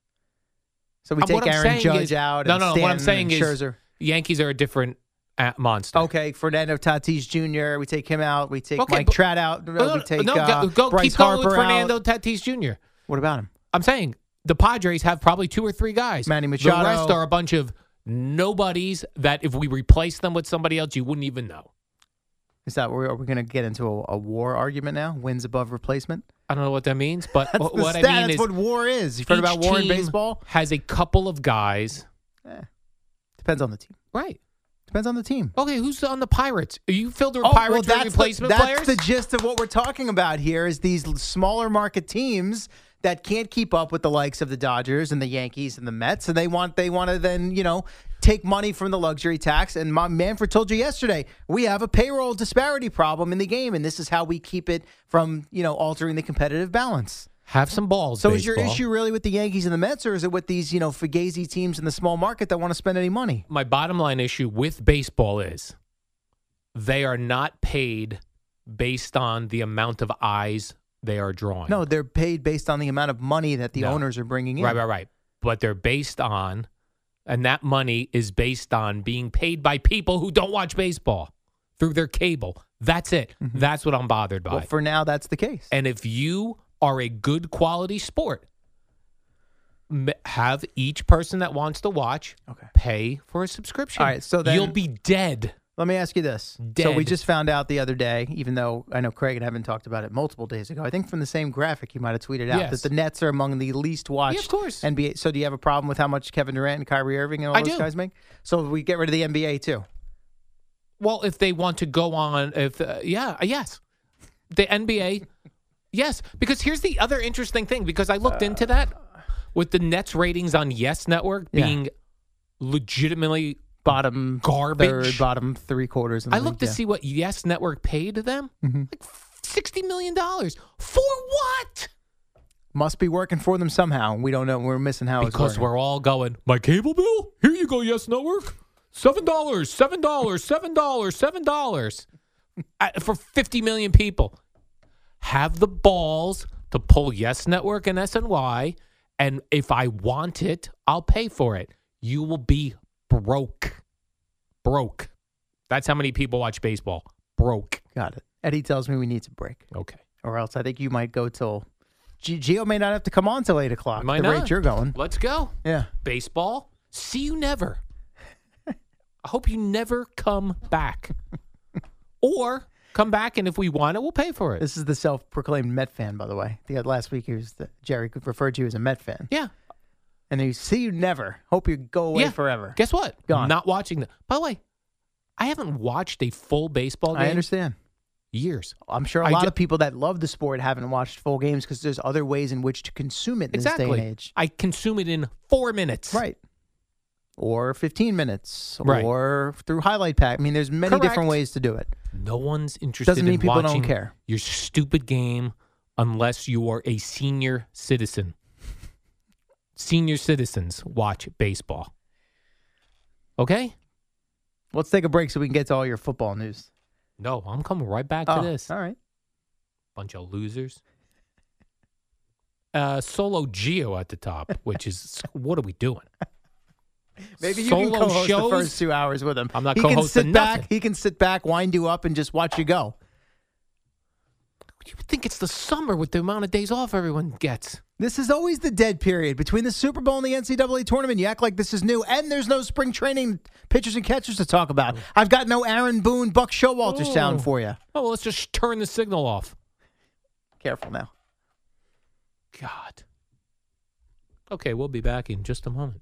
Speaker 1: So we
Speaker 2: Uh,
Speaker 1: take
Speaker 2: what I'm
Speaker 1: Aaron
Speaker 2: saying
Speaker 1: Judge
Speaker 2: is-
Speaker 1: out.
Speaker 2: No,
Speaker 1: and
Speaker 2: no. what I'm
Speaker 1: Stanton
Speaker 2: saying
Speaker 1: and
Speaker 2: is,
Speaker 1: Scherzer.
Speaker 2: Yankees are a different uh, monster.
Speaker 1: Okay, Fernando Tatis Jr. We take him out. We take
Speaker 2: Okay,
Speaker 1: Mike
Speaker 2: but-
Speaker 1: Trout out.
Speaker 2: No, no,
Speaker 1: we take
Speaker 2: no,
Speaker 1: uh,
Speaker 2: go, go
Speaker 1: Bryce
Speaker 2: keep going with
Speaker 1: Harper out.
Speaker 2: Fernando Tatis Jr.
Speaker 1: What about him?
Speaker 2: I'm saying the Padres have probably two or three guys.
Speaker 1: Manny
Speaker 2: The
Speaker 1: Machado.
Speaker 2: rest are a bunch of nobodies that if we replace them with somebody else, you wouldn't even know.
Speaker 1: Is that where are we going to get into a, a war argument now? Wins above replacement.
Speaker 2: I don't know what that means, but
Speaker 1: That's
Speaker 2: what,
Speaker 1: the
Speaker 2: what I
Speaker 1: stat.
Speaker 2: mean
Speaker 1: That's
Speaker 2: is
Speaker 1: what war is. You've heard
Speaker 2: each
Speaker 1: about war in
Speaker 2: team
Speaker 1: baseball?
Speaker 2: Has a couple of guys,
Speaker 1: Depends on the team.
Speaker 2: right?
Speaker 1: Depends on the team.
Speaker 2: Okay, who's on the Pirates? Are you filled with
Speaker 1: Oh,
Speaker 2: Pirates with
Speaker 1: that's
Speaker 2: replacement
Speaker 1: the,
Speaker 2: players?
Speaker 1: That's the gist of what we're talking about here is these l- smaller market teams that can't keep up with the likes of the Dodgers and the Yankees and the Mets, and they want they want to then you know take money from the luxury tax. And my Manfred told you yesterday we have a payroll disparity problem in the game, and this is how we keep it from you know altering the competitive balance.
Speaker 2: Have some balls.
Speaker 1: So is your
Speaker 2: baseball.
Speaker 1: issue really with the Yankees and the Mets, or is it with these you know fugazi teams in the small market that want to spend any money?
Speaker 2: my bottom line issue with baseball is they are not paid based on the amount of eyes they are drawing.
Speaker 1: No, they're paid based on the amount of money that the
Speaker 2: No.
Speaker 1: owners are bringing in.
Speaker 2: Right, right, right. But they're based on, and that money is based on being paid by people who don't watch baseball through their cable. That's it. That's what I'm bothered by.
Speaker 1: Mm-hmm. Well, for now, that's the case.
Speaker 2: and if you are a good quality sport, m- have each person that wants to watch
Speaker 1: Okay.
Speaker 2: pay for a subscription.
Speaker 1: All right, so then-
Speaker 2: you'll be dead.
Speaker 1: Let me ask you this. So we
Speaker 2: Dead.
Speaker 1: just found out the other day, even though I know Craig and Evan talked about it multiple days ago. I think from the same graphic you might have tweeted out
Speaker 2: Yes.
Speaker 1: that the Nets are among the least watched
Speaker 2: course.
Speaker 1: NBA. So do you have a problem with how much Kevin Durant and Kyrie Irving and all
Speaker 2: I
Speaker 1: those
Speaker 2: do.
Speaker 1: guys make? So we get rid of the NBA too.
Speaker 2: Well, if they want to go on, if uh, yeah, yes, the NBA, yes, because here's the other interesting thing. Because I looked into that with the Nets ratings on Yes Network
Speaker 1: Uh. Yeah.
Speaker 2: being legitimately
Speaker 1: Bottom
Speaker 2: Garbage.
Speaker 1: third, bottom three quarters. in the
Speaker 2: I looked to
Speaker 1: league, yeah. Mm-hmm.
Speaker 2: see what Yes Network paid to them, like sixty million dollars for what?
Speaker 1: Must be working for them somehow. We don't know. We're missing how
Speaker 2: because
Speaker 1: it's working.
Speaker 2: we're all going my cable bill. Here you go, Yes Network, seven dollars, seven dollars, seven dollars, seven dollars I- for fifty million people. Have the balls to pull Yes Network and SNY, and if I want it, I'll pay for it. You will be broke, broke. That's how many people watch baseball. Broke.
Speaker 1: got it. Eddie tells me we need to break,
Speaker 2: Okay.
Speaker 1: or else I think you might go till. G- Gio may not have to come on till eight o'clock.
Speaker 2: Might
Speaker 1: the
Speaker 2: not.
Speaker 1: rate you're going.
Speaker 2: Let's go.
Speaker 1: Yeah.
Speaker 2: baseball. See you never. I hope you never come back. or come back, and if we want it, we'll pay for it.
Speaker 1: This is the self-proclaimed Met fan, by the way. The last week he was the, Jerry referred to you as a Met fan,
Speaker 2: yeah.
Speaker 1: and he see you never. Hope you go away
Speaker 2: yeah.
Speaker 1: forever.
Speaker 2: Guess what?
Speaker 1: Gone.
Speaker 2: Not watching them. By the way, I haven't watched a full baseball game
Speaker 1: I understand.
Speaker 2: in years.
Speaker 1: I'm sure a
Speaker 2: I
Speaker 1: lot
Speaker 2: ju-
Speaker 1: of people that love the sport haven't watched full games because there's other ways in which to consume it in
Speaker 2: exactly.
Speaker 1: this day and age.
Speaker 2: I consume it in four minutes.
Speaker 1: Right. Or 15 minutes,
Speaker 2: Right.
Speaker 1: or through highlight pack. I mean, there's many
Speaker 2: Correct.
Speaker 1: different ways to do it.
Speaker 2: No one's interested
Speaker 1: mean
Speaker 2: in
Speaker 1: people don't
Speaker 2: watching
Speaker 1: care.
Speaker 2: your stupid game unless you are a senior citizen. Senior citizens watch baseball. Okay?
Speaker 1: Let's take a break so we can get to all your football news.
Speaker 2: No, I'm coming right back
Speaker 1: Oh,
Speaker 2: to this.
Speaker 1: All right.
Speaker 2: Bunch of losers. Uh, solo Geo at the top, which is what are we doing?
Speaker 1: Maybe you can
Speaker 2: Solo
Speaker 1: co-host the
Speaker 2: shows?
Speaker 1: first two hours with him.
Speaker 2: I'm not
Speaker 1: he can
Speaker 2: co-hosting
Speaker 1: sit back.
Speaker 2: nothing.
Speaker 1: He can sit back, wind you up, and just watch you go.
Speaker 2: You would think it's the summer with the amount of days off everyone gets.
Speaker 1: This is always the dead period between the Super Bowl and the NCAA tournament. You act like this is new, and there's no spring training pitchers and catchers to talk about. I've got no Aaron Boone, Buck Showalter sound
Speaker 2: Oh.
Speaker 1: for you.
Speaker 2: Oh, well, let's just turn the signal off.
Speaker 1: Careful now.
Speaker 2: God. Okay, we'll be back in just a moment.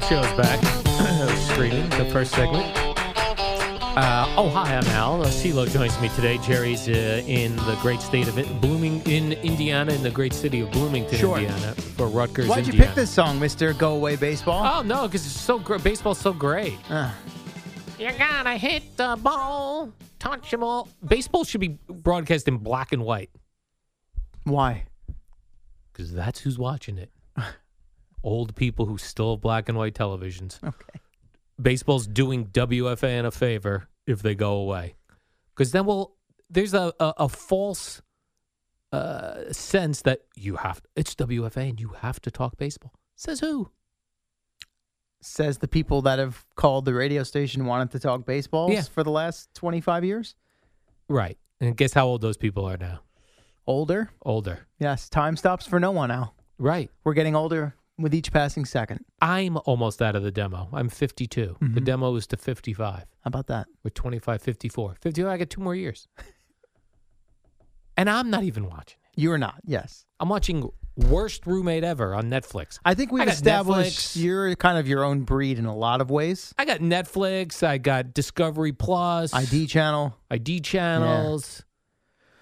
Speaker 2: show's back. Streaming the first segment. Uh, oh, hi, I'm Al. Uh, CeeLo joins me today. Jerry's uh, in the great state of it, Blooming in Indiana, in the great city of Bloomington,
Speaker 1: Sure.
Speaker 2: Indiana, for Rutgers.
Speaker 1: Why'd you
Speaker 2: Indiana.
Speaker 1: pick this song, Mister Go Away Baseball?
Speaker 2: Oh no, because it's so great. Baseball's so great.
Speaker 1: Uh.
Speaker 2: You gotta hit the ball, touch them all. Baseball should be broadcast in black and white
Speaker 1: Why?
Speaker 2: because that's who's watching it. Old people who still have black and white televisions.
Speaker 1: Okay.
Speaker 2: Baseball's doing WFAN a favor if they go away, because then we'll there's a a, a false uh, sense that you have it's WFA and you have to talk baseball. Says who?
Speaker 1: Says the people that have called the radio station wanted to talk baseballs
Speaker 2: Yeah.
Speaker 1: for the last twenty five years.
Speaker 2: Right. And guess how old those people are now?
Speaker 1: Older.
Speaker 2: Older.
Speaker 1: Yes. Time stops for no one. Al.
Speaker 2: Right.
Speaker 1: We're getting older with each passing second.
Speaker 2: I'm almost out of the demo. I'm 52. The demo is to 55.
Speaker 1: How about that?
Speaker 2: We're 25, 54. 52, I got two more years. and I'm not even watching it.
Speaker 1: You are not. Yes.
Speaker 2: I'm watching Worst Roommate Ever on Netflix.
Speaker 1: I think we've
Speaker 2: got
Speaker 1: established
Speaker 2: Netflix.
Speaker 1: you're kind of your own breed in a lot of ways.
Speaker 2: I got Netflix. I got Discovery Plus.
Speaker 1: ID channel.
Speaker 2: ID channels.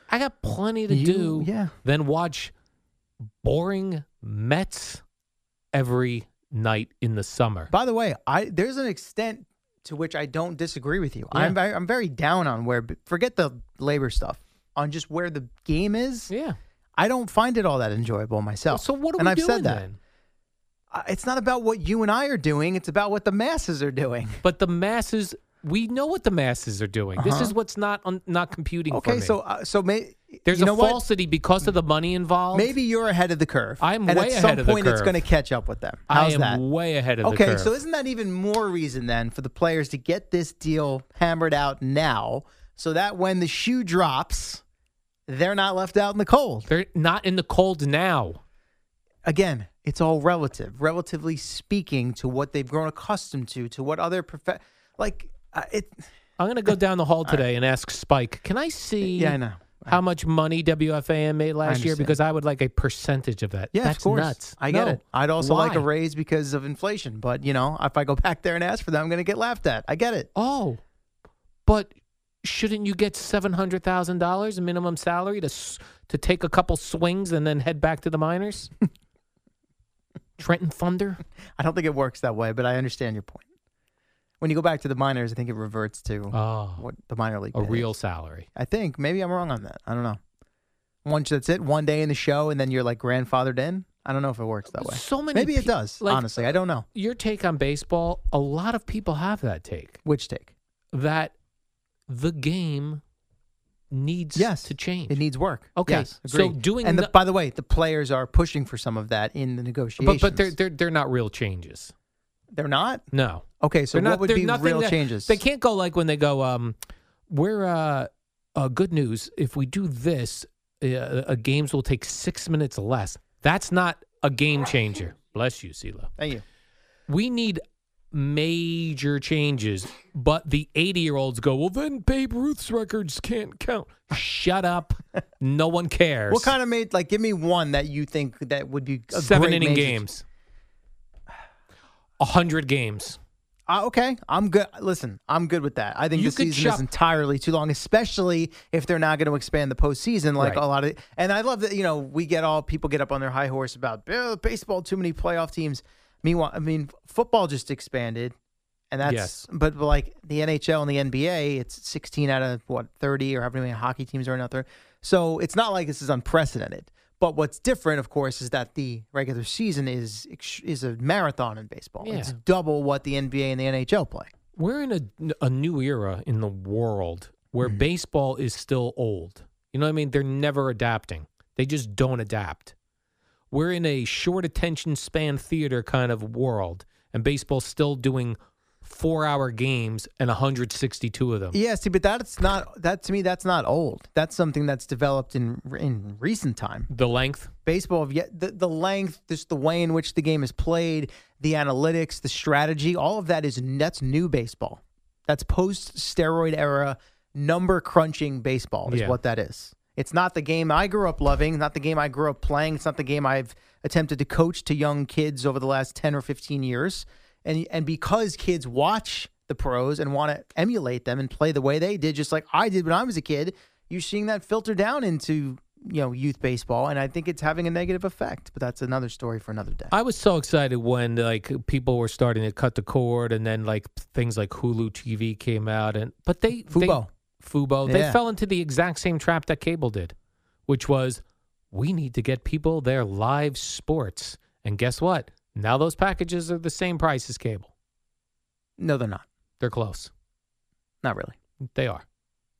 Speaker 2: I got plenty to
Speaker 1: You-
Speaker 2: do.
Speaker 1: yeah.
Speaker 2: Then watch boring Mets every night in the summer.
Speaker 1: By the way, I there's an extent to which I don't disagree with you.
Speaker 2: Yeah.
Speaker 1: I'm very, I'm very down on where forget the labor stuff on just where the game is.
Speaker 2: yeah.
Speaker 1: I don't find it all that enjoyable myself.
Speaker 2: so what are
Speaker 1: and
Speaker 2: we
Speaker 1: I've
Speaker 2: doing
Speaker 1: said that.
Speaker 2: then?
Speaker 1: I- It's not about what you and I are doing. It's about what the masses are doing.
Speaker 2: But the masses, we know what the masses are doing. This is what's not un, not computing. for
Speaker 1: Uh-huh. Okay,
Speaker 2: me.
Speaker 1: so uh, so may,
Speaker 2: there's
Speaker 1: you
Speaker 2: a
Speaker 1: know what?
Speaker 2: falsity because of the money involved.
Speaker 1: Maybe you're ahead of the curve.
Speaker 2: I'm
Speaker 1: and
Speaker 2: way
Speaker 1: at
Speaker 2: ahead
Speaker 1: some
Speaker 2: of the
Speaker 1: point it's
Speaker 2: curve.
Speaker 1: going to catch up with them.
Speaker 2: I
Speaker 1: How's
Speaker 2: am
Speaker 1: that?
Speaker 2: way ahead of the
Speaker 1: okay,
Speaker 2: curve.
Speaker 1: so isn't that even more reason then for the players to get this deal hammered out now so that when the shoe drops, they're not left out in the cold?
Speaker 2: they're not in the cold now.
Speaker 1: Again, it's all relative, relatively speaking to what they've grown accustomed to, to what other prof- like uh, it.
Speaker 2: I'm gonna go down the hall today and ask Spike. Can I see?
Speaker 1: Yeah, I know.
Speaker 2: How much money WFAN made last year?
Speaker 1: understand.
Speaker 2: Because I would like a percentage of that.
Speaker 1: Yeah,
Speaker 2: That's
Speaker 1: of course.
Speaker 2: nuts.
Speaker 1: I get
Speaker 2: No.
Speaker 1: it. I'd also like a
Speaker 2: Why?
Speaker 1: raise because of inflation, but you know, if I go back there and ask for that, I'm going to get laughed at. I get it.
Speaker 2: Oh, but shouldn't you get seven hundred thousand dollars minimum salary to s- to take a couple swings and then head back to the minors? Trenton Thunder.
Speaker 1: I don't think it works that way, but I understand your point. When you go back to the minors, I think it reverts to
Speaker 2: Oh,
Speaker 1: what the minor league
Speaker 2: a
Speaker 1: pay
Speaker 2: real
Speaker 1: is.
Speaker 2: salary.
Speaker 1: I think maybe I'm wrong on that. I don't know. Once that's it, one day in the show, and then you're like grandfathered in. I don't know if it works that way.
Speaker 2: So many
Speaker 1: Maybe it
Speaker 2: pe-
Speaker 1: does.
Speaker 2: like-
Speaker 1: honestly, I don't know
Speaker 2: Your take on baseball? A lot of people have that take
Speaker 1: which take.
Speaker 2: that the game needs
Speaker 1: Yes,
Speaker 2: to change.
Speaker 1: It needs work.
Speaker 2: Okay,
Speaker 1: Yes,
Speaker 2: so
Speaker 1: agreed.
Speaker 2: doing
Speaker 1: and the,
Speaker 2: the-
Speaker 1: by the way, the players are pushing for some of that in the
Speaker 2: but
Speaker 1: negotiations.
Speaker 2: but they're they're they're not real changes.
Speaker 1: they're not.
Speaker 2: No.
Speaker 1: Okay, so
Speaker 2: They're
Speaker 1: what would
Speaker 2: they're
Speaker 1: be
Speaker 2: nothing
Speaker 1: real
Speaker 2: that-
Speaker 1: changes?
Speaker 2: They can't go like when they go, um, we're uh, uh, good news. If we do this, uh, uh, games will take six minutes less. That's not a game changer. Bless you, CeeLo.
Speaker 1: Thank you.
Speaker 2: We need major changes, but the 80 year olds go, well, then Babe Ruth's records can't count. Shut up. No one cares.
Speaker 1: What kind of made like? Give me one that you think that would be a
Speaker 2: seven
Speaker 1: great
Speaker 2: inning
Speaker 1: major-
Speaker 2: games? A 100 games.
Speaker 1: Uh, okay, I'm good. Listen, I'm good with that. I think
Speaker 2: You
Speaker 1: the
Speaker 2: could
Speaker 1: season
Speaker 2: shop-
Speaker 1: is entirely too long, especially if they're not going to expand the postseason like
Speaker 2: Right.
Speaker 1: a lot of. And I love that you know we get all people get up on their high horse about "Oh, baseball, too many playoff teams. Meanwhile, I mean football just expanded, and that's
Speaker 2: Yes.
Speaker 1: but like the NHL and the NBA, it's 16 out of what 30 or however many hockey teams are out there. So it's not like this is unprecedented. But what's different, of course, is that the regular season is ex- is a marathon in baseball. It's
Speaker 2: Yeah.
Speaker 1: double what the NBA and the NHL play.
Speaker 2: we're in a, a new era in the world where baseball is still old. You know what I mean? They're never adapting. They just don't adapt. We're in a short attention span theater kind of world, and baseball's still doing four hour games and 162 of them.
Speaker 1: Yeah, see, but that's not that to me. That's not old. That's something that's developed in in recent time.
Speaker 2: The length,
Speaker 1: Baseball of yet the, the length, just the way in which the game is played, the analytics, the strategy, all of that is that's new baseball. That's post steroid era number crunching baseball is
Speaker 2: Yeah.
Speaker 1: what that is. It's not the game I grew up loving, not the game I grew up playing. It's not the game I've attempted to coach to young kids over the last ten or fifteen years. and and because kids watch the pros and want to emulate them and play the way they did, just like I did when I was a kid, you're seeing that filter down into you know youth baseball, and I think it's having a negative effect. But that's another story for another day.
Speaker 2: I was so excited when like people were starting to cut the cord, and then like things like Hulu TV came out, and but they
Speaker 1: Fubo.
Speaker 2: they, Fubo, they
Speaker 1: Yeah.
Speaker 2: fell into the exact same trap that cable did, which was we need to get people their live sports, and guess what? Now those packages are the same price as cable.
Speaker 1: No, they're not.
Speaker 2: They're close.
Speaker 1: Not really.
Speaker 2: They are.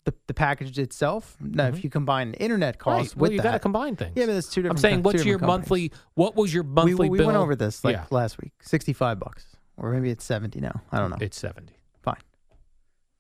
Speaker 1: The, the package itself. No, if you combine internet
Speaker 2: Mm-hmm. Right.
Speaker 1: costs
Speaker 2: Well,
Speaker 1: with
Speaker 2: you got to
Speaker 1: that,
Speaker 2: combine things.
Speaker 1: yeah, but that's two different.
Speaker 2: I'm saying,
Speaker 1: two
Speaker 2: what's
Speaker 1: different
Speaker 2: your
Speaker 1: companies.
Speaker 2: monthly? What was your
Speaker 1: We-
Speaker 2: monthly
Speaker 1: we,
Speaker 2: bill?
Speaker 1: went over this like
Speaker 2: Yeah.
Speaker 1: last week. Sixty-five bucks, or maybe it's seventy now. I don't know.
Speaker 2: It's seventy
Speaker 1: Fine.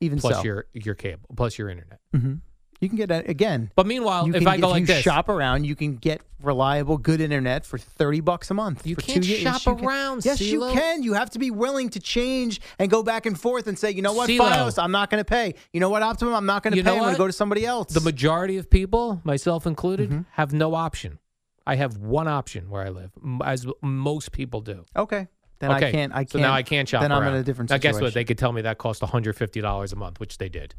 Speaker 1: Even
Speaker 2: plus
Speaker 1: so,
Speaker 2: your your cable plus your internet.
Speaker 1: Mhm. you can get a- again.
Speaker 2: But meanwhile,
Speaker 1: you
Speaker 2: if
Speaker 1: can-
Speaker 2: I go
Speaker 1: you
Speaker 2: like this,
Speaker 1: shop around, you can get reliable, good internet for thirty bucks a month.
Speaker 2: You
Speaker 1: for
Speaker 2: can't
Speaker 1: two years.
Speaker 2: shop
Speaker 1: Yes, you can.
Speaker 2: around,
Speaker 1: Yes, you
Speaker 2: CeeLo.
Speaker 1: can. You have to be willing to change and go back and forth and say, you know what,
Speaker 2: CeeLo.
Speaker 1: Fios, I'm not going to pay. You know what, Optimum, I'm not going to
Speaker 2: You
Speaker 1: pay.
Speaker 2: know
Speaker 1: I'm going
Speaker 2: what?
Speaker 1: to go to somebody else.
Speaker 2: the majority of people, myself included,
Speaker 1: Mm-hmm.
Speaker 2: have no option. I have one option where I live, m- as most people do.
Speaker 1: okay, then
Speaker 2: okay,
Speaker 1: I can't. I can't.
Speaker 2: So now I can't shop.
Speaker 1: Then I'm in
Speaker 2: around.
Speaker 1: a different
Speaker 2: Now
Speaker 1: situation.
Speaker 2: guess what? They could tell me that cost 150 dollars a month, which they did.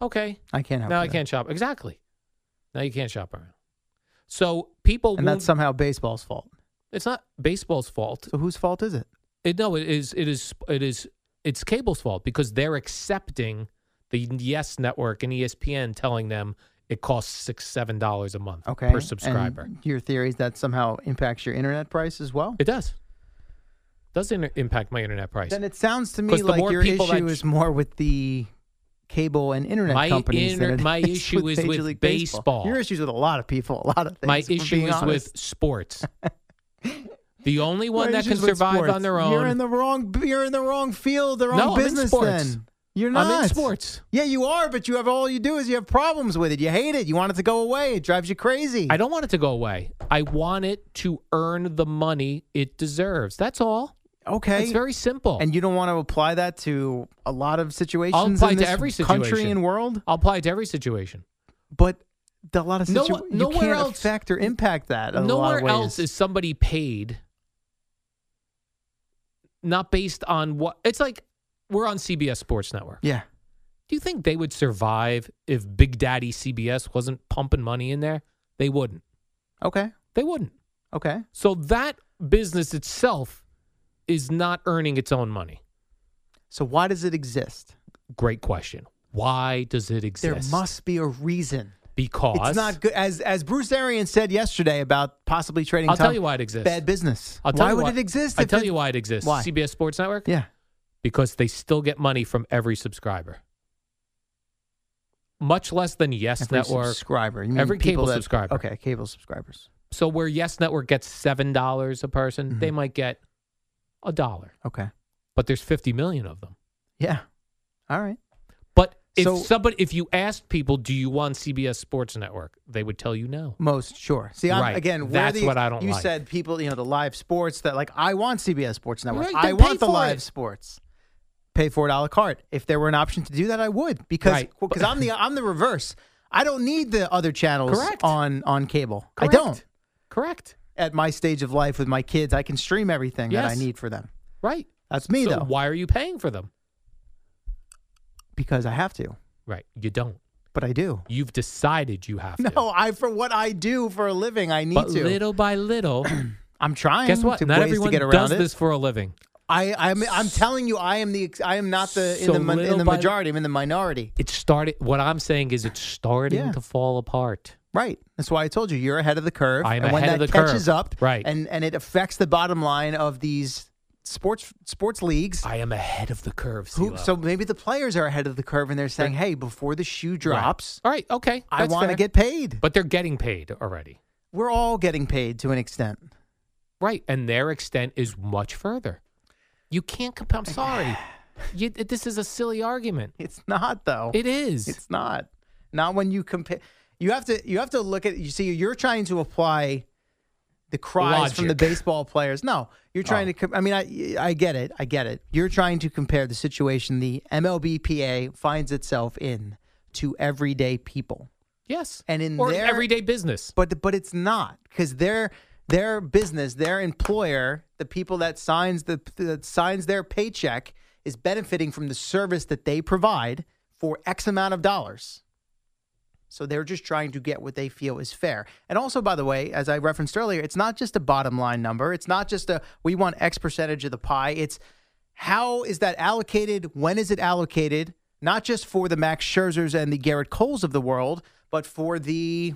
Speaker 2: Okay.
Speaker 1: I can't. help
Speaker 2: Now I
Speaker 1: you there.
Speaker 2: can't shop. Exactly. Now you can't shop around. So people,
Speaker 1: And that's
Speaker 2: won't-
Speaker 1: somehow baseball's fault.
Speaker 2: it's not baseball's fault.
Speaker 1: So whose fault is it?
Speaker 2: It, no, it is. It is. It is. It's cable's fault because they're accepting the Yes Network and E ESPN telling them it costs six, seven dollars a month
Speaker 1: Okay.
Speaker 2: per
Speaker 1: and
Speaker 2: subscriber.
Speaker 1: your theory is that somehow impacts your internet price as well.
Speaker 2: It does. Does inter- impact my internet price.
Speaker 1: Then it sounds to
Speaker 2: 'Cause
Speaker 1: me
Speaker 2: the
Speaker 1: like
Speaker 2: more
Speaker 1: your
Speaker 2: people
Speaker 1: issue
Speaker 2: that-
Speaker 1: is more with the cable and internet
Speaker 2: My
Speaker 1: companies. than
Speaker 2: inter-
Speaker 1: it
Speaker 2: my issue
Speaker 1: with
Speaker 2: is
Speaker 1: Major
Speaker 2: with
Speaker 1: League baseball.
Speaker 2: baseball.
Speaker 1: Your issues with a lot of people, a lot of things.
Speaker 2: my
Speaker 1: if we're
Speaker 2: issue
Speaker 1: being
Speaker 2: is
Speaker 1: honest.
Speaker 2: with sports. the only one
Speaker 1: Your
Speaker 2: that can
Speaker 1: issues with
Speaker 2: survive
Speaker 1: sports.
Speaker 2: on their own.
Speaker 1: You're in the wrong. You're in the wrong field. The
Speaker 2: No,
Speaker 1: wrong
Speaker 2: I'm in
Speaker 1: business.
Speaker 2: sports.
Speaker 1: Then you're
Speaker 2: I'm
Speaker 1: not
Speaker 2: in sports.
Speaker 1: Yeah, you are, but you have all you do is you have problems with it. You hate it. You want it to go away. It drives you crazy.
Speaker 2: I don't want it to go away. I want it to earn the money it deserves. That's all.
Speaker 1: okay.
Speaker 2: It's very simple.
Speaker 1: and you don't want to apply that to a lot of situations.
Speaker 2: I'll apply
Speaker 1: in
Speaker 2: to
Speaker 1: this
Speaker 2: every
Speaker 1: country
Speaker 2: situation.
Speaker 1: and world.
Speaker 2: I'll apply it to every situation.
Speaker 1: but the- a lot of
Speaker 2: No-
Speaker 1: situ- you
Speaker 2: nowhere
Speaker 1: can't
Speaker 2: else-
Speaker 1: affect or impact that. in a lot
Speaker 2: Nowhere
Speaker 1: of ways.
Speaker 2: else is somebody paid not based on what it's like we're on CBS Sports Network.
Speaker 1: Yeah,
Speaker 2: Do you think they would survive if Big Daddy CBS wasn't pumping money in there? They wouldn't.
Speaker 1: okay,
Speaker 2: They wouldn't.
Speaker 1: okay.
Speaker 2: So that business itself is not earning its own money.
Speaker 1: So why does it exist?
Speaker 2: Great question. Why does it exist?
Speaker 1: There must be a reason.
Speaker 2: because
Speaker 1: It's not good. As as Bruce Arians said yesterday about possibly trading.
Speaker 2: I'll tell
Speaker 1: Tom-
Speaker 2: you why it exists.
Speaker 1: Bad business.
Speaker 2: I'll tell
Speaker 1: why
Speaker 2: you
Speaker 1: would it exist?
Speaker 2: I'll
Speaker 1: if
Speaker 2: tell
Speaker 1: it-
Speaker 2: you why it exists.
Speaker 1: Why?
Speaker 2: CBS Sports Network?
Speaker 1: Yeah.
Speaker 2: Because they still get money from every subscriber. Much less than Yes
Speaker 1: Every
Speaker 2: Network.
Speaker 1: subscriber. You mean
Speaker 2: every
Speaker 1: people
Speaker 2: cable
Speaker 1: that-
Speaker 2: subscriber.
Speaker 1: Okay, cable subscribers.
Speaker 2: So where Yes Network gets seven dollars a person, they
Speaker 1: Mhm.
Speaker 2: might get a dollar.
Speaker 1: Okay.
Speaker 2: But there's fifty million of them.
Speaker 1: Yeah. All right.
Speaker 2: But if
Speaker 1: So-
Speaker 2: somebody if you asked people, do you want CBS Sports Network? They would tell you no.
Speaker 1: Most sure. See, I'm,
Speaker 2: Right.
Speaker 1: again, where
Speaker 2: That's
Speaker 1: the-
Speaker 2: what I don't
Speaker 1: You
Speaker 2: like.
Speaker 1: said people, you know, the live sports that like I want CBS Sports Network.
Speaker 2: Right,
Speaker 1: I
Speaker 2: then pay
Speaker 1: want the
Speaker 2: for
Speaker 1: live
Speaker 2: it.
Speaker 1: sports. Pay for it a la carte. If there were an option to do that, I would because
Speaker 2: Right.
Speaker 1: because I'm the I'm the reverse. I don't need the other channels
Speaker 2: Correct.
Speaker 1: on on cable.
Speaker 2: Correct.
Speaker 1: I don't.
Speaker 2: Correct.
Speaker 1: At my stage of life with my kids, I can stream everything that I
Speaker 2: Yes.
Speaker 1: need for them.
Speaker 2: Right.
Speaker 1: That's me
Speaker 2: so
Speaker 1: though,
Speaker 2: why are you paying for them?
Speaker 1: because I have to.
Speaker 2: Right. You don't.
Speaker 1: But I do.
Speaker 2: You've decided you have to.
Speaker 1: No, I for what I do for a living, I need
Speaker 2: but
Speaker 1: to.
Speaker 2: little by little,
Speaker 1: I'm trying.
Speaker 2: guess what?
Speaker 1: To
Speaker 2: Not
Speaker 1: ways
Speaker 2: everyone
Speaker 1: to get around
Speaker 2: does
Speaker 1: it.
Speaker 2: this for a living.
Speaker 1: I, I'm, I'm telling you, I am the, ex- I am not the in
Speaker 2: So
Speaker 1: the mon- in
Speaker 2: little
Speaker 1: the
Speaker 2: by-
Speaker 1: majority. I'm in the minority.
Speaker 2: It started. What I'm saying is, it's starting
Speaker 1: Yeah.
Speaker 2: to fall apart.
Speaker 1: Right. That's why I told you you're ahead of the curve.
Speaker 2: I am
Speaker 1: and when
Speaker 2: ahead
Speaker 1: that
Speaker 2: of the curve.
Speaker 1: catches up,
Speaker 2: Right.
Speaker 1: and and it affects the bottom line of these sports sports leagues.
Speaker 2: I am ahead of the curve.
Speaker 1: Who,
Speaker 2: CeeLo.
Speaker 1: so maybe the players are ahead of the curve, and they're saying, "Hey, before the shoe drops,
Speaker 2: All right. Okay.
Speaker 1: I
Speaker 2: that's
Speaker 1: want to
Speaker 2: fair.
Speaker 1: get paid."
Speaker 2: But they're getting paid already,
Speaker 1: We're all getting paid to an extent.
Speaker 2: right? And their extent is much further. You can't compare. I'm sorry. you, this is a silly argument.
Speaker 1: It's not though.
Speaker 2: It is.
Speaker 1: It's not. Not when you compare. You have to. You have to look at. You see, you're trying to apply the cries from the
Speaker 2: Logic.
Speaker 1: baseball players. No, you're trying
Speaker 2: Oh.
Speaker 1: to. Com- I mean, I I get it. I get it. You're trying to compare the situation the MLBPA finds itself in to everyday people,
Speaker 2: yes.
Speaker 1: and in
Speaker 2: or
Speaker 1: their-
Speaker 2: everyday business.
Speaker 1: but but it's not because they're their business, their employer, the people that signs the that signs their paycheck is benefiting from the service that they provide for X amount of dollars. So they're just trying to get what they feel is fair. And also, by the way, as I referenced earlier, it's not just a bottom line number. It's not just a we want X percentage of the pie. It's how is that allocated? When is it allocated? Not just for the Max Scherzers and the Garrett Coles of the world, but for the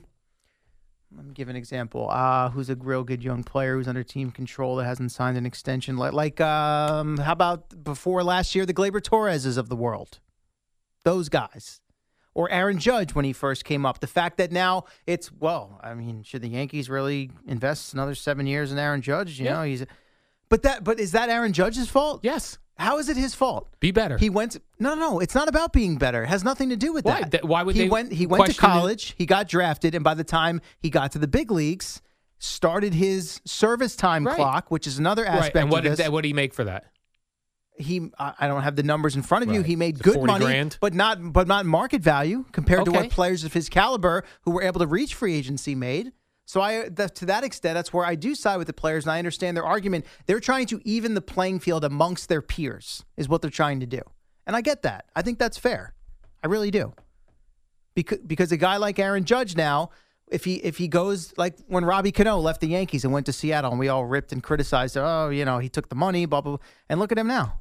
Speaker 1: let me give an example. Uh, who's a real good young player who's under team control that hasn't signed an extension? Like, like um, how about before last year, the Glaber Torreses of the world? Those guys. Or Aaron Judge when he first came up. The fact that now it's, well, I mean, should the Yankees really invest another seven years in Aaron Judge? You know, he's. But that, but is that Aaron Judge's fault?
Speaker 2: Yes.
Speaker 1: How is it his fault?
Speaker 2: Be better.
Speaker 1: He went. No, no, it's not about being better. It has nothing to do with
Speaker 2: Why?
Speaker 1: that.
Speaker 2: Th- why would
Speaker 1: he
Speaker 2: they
Speaker 1: went? He went to
Speaker 2: question it?
Speaker 1: college. He got drafted, and by the time he got to the big leagues, started his service time
Speaker 2: Right.
Speaker 1: clock, which is another aspect
Speaker 2: right. And what
Speaker 1: of this.
Speaker 2: did that, what did he make for that?
Speaker 1: he, I I don't have the numbers in front of you.
Speaker 2: Right.
Speaker 1: He made
Speaker 2: It's
Speaker 1: good
Speaker 2: 40
Speaker 1: money,
Speaker 2: grand.
Speaker 1: but not, but not market value compared to
Speaker 2: Okay.
Speaker 1: what players of his caliber who were able to reach free agency made. So I, that, to that extent, that's where I do side with the players, and I understand their argument. They're trying to even the playing field amongst their peers, is what they're trying to do, and I get that. I think that's fair. I really do. Because because a guy like Aaron Judge now, if he if he goes like when Robbie Cano left the Yankees and went to Seattle, and we all ripped and criticized, oh, you know, he took the money, blah blah, blah. and look at him now.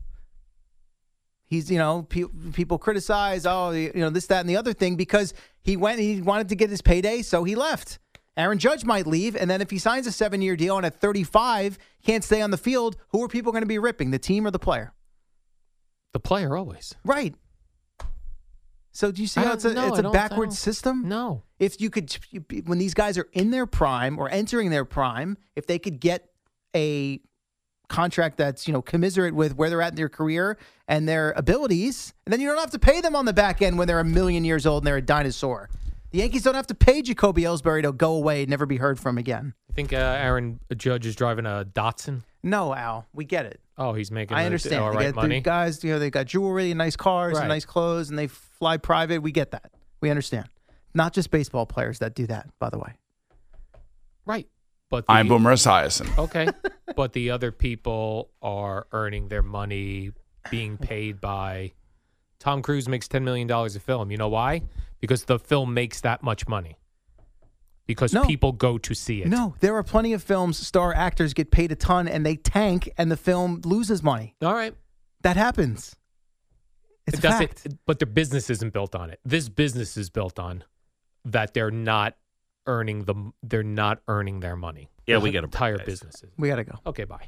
Speaker 1: He's you know pe- people criticize, oh, you know this that and the other thing because he went he wanted to get his payday, so he left. Aaron Judge might leave, and then if he signs a seven-year deal and at 35 can't stay on the field, who are people going to be ripping, the team or the player?
Speaker 2: The player always.
Speaker 1: Right. So do you see
Speaker 2: I
Speaker 1: how
Speaker 2: don't
Speaker 1: it's a,
Speaker 2: know.
Speaker 1: it's
Speaker 2: I
Speaker 1: a
Speaker 2: don't- I
Speaker 1: backward
Speaker 2: don't-
Speaker 1: system?
Speaker 2: No.
Speaker 1: If you could, when these guys are in their prime or entering their prime, if they could get a contract that's you know commiserate with where they're at in their career and their abilities, and then you don't have to pay them on the back end when they're a million years old and they're a dinosaur. The Yankees don't have to pay Jacoby Ellsbury to go away and never be heard from again.
Speaker 2: I think uh, Aaron Judge is driving a Datsun.
Speaker 1: No, Al, we get it.
Speaker 2: Oh, he's making.
Speaker 1: I
Speaker 2: the-
Speaker 1: understand.
Speaker 2: All
Speaker 1: they
Speaker 2: right,
Speaker 1: get the
Speaker 2: money.
Speaker 1: guys, you know, they got jewelry and nice cars
Speaker 2: Right.
Speaker 1: and nice clothes, and they fly private. We get that. We understand. Not just baseball players that do that, by the way.
Speaker 2: Right. But
Speaker 11: I'm
Speaker 2: the-
Speaker 11: Boomer Esiason.
Speaker 2: Okay. but the other people are earning their money being paid by Tom Cruise makes $10 million a film. You know why? Because the film makes that much money. Because
Speaker 1: No.
Speaker 2: people go to see it.
Speaker 1: No, there are plenty of films star actors get paid a ton and they tank, and the film loses money.
Speaker 2: All right.
Speaker 1: That happens. It's a
Speaker 2: That's
Speaker 1: fact.
Speaker 2: it. But their business isn't built on it. This business is built on that they're not earning the they're not earning their money.
Speaker 4: Yeah, we
Speaker 2: Their
Speaker 4: get a break,
Speaker 2: entire
Speaker 4: guys.
Speaker 2: businesses.
Speaker 1: We got to go.
Speaker 2: Okay, bye.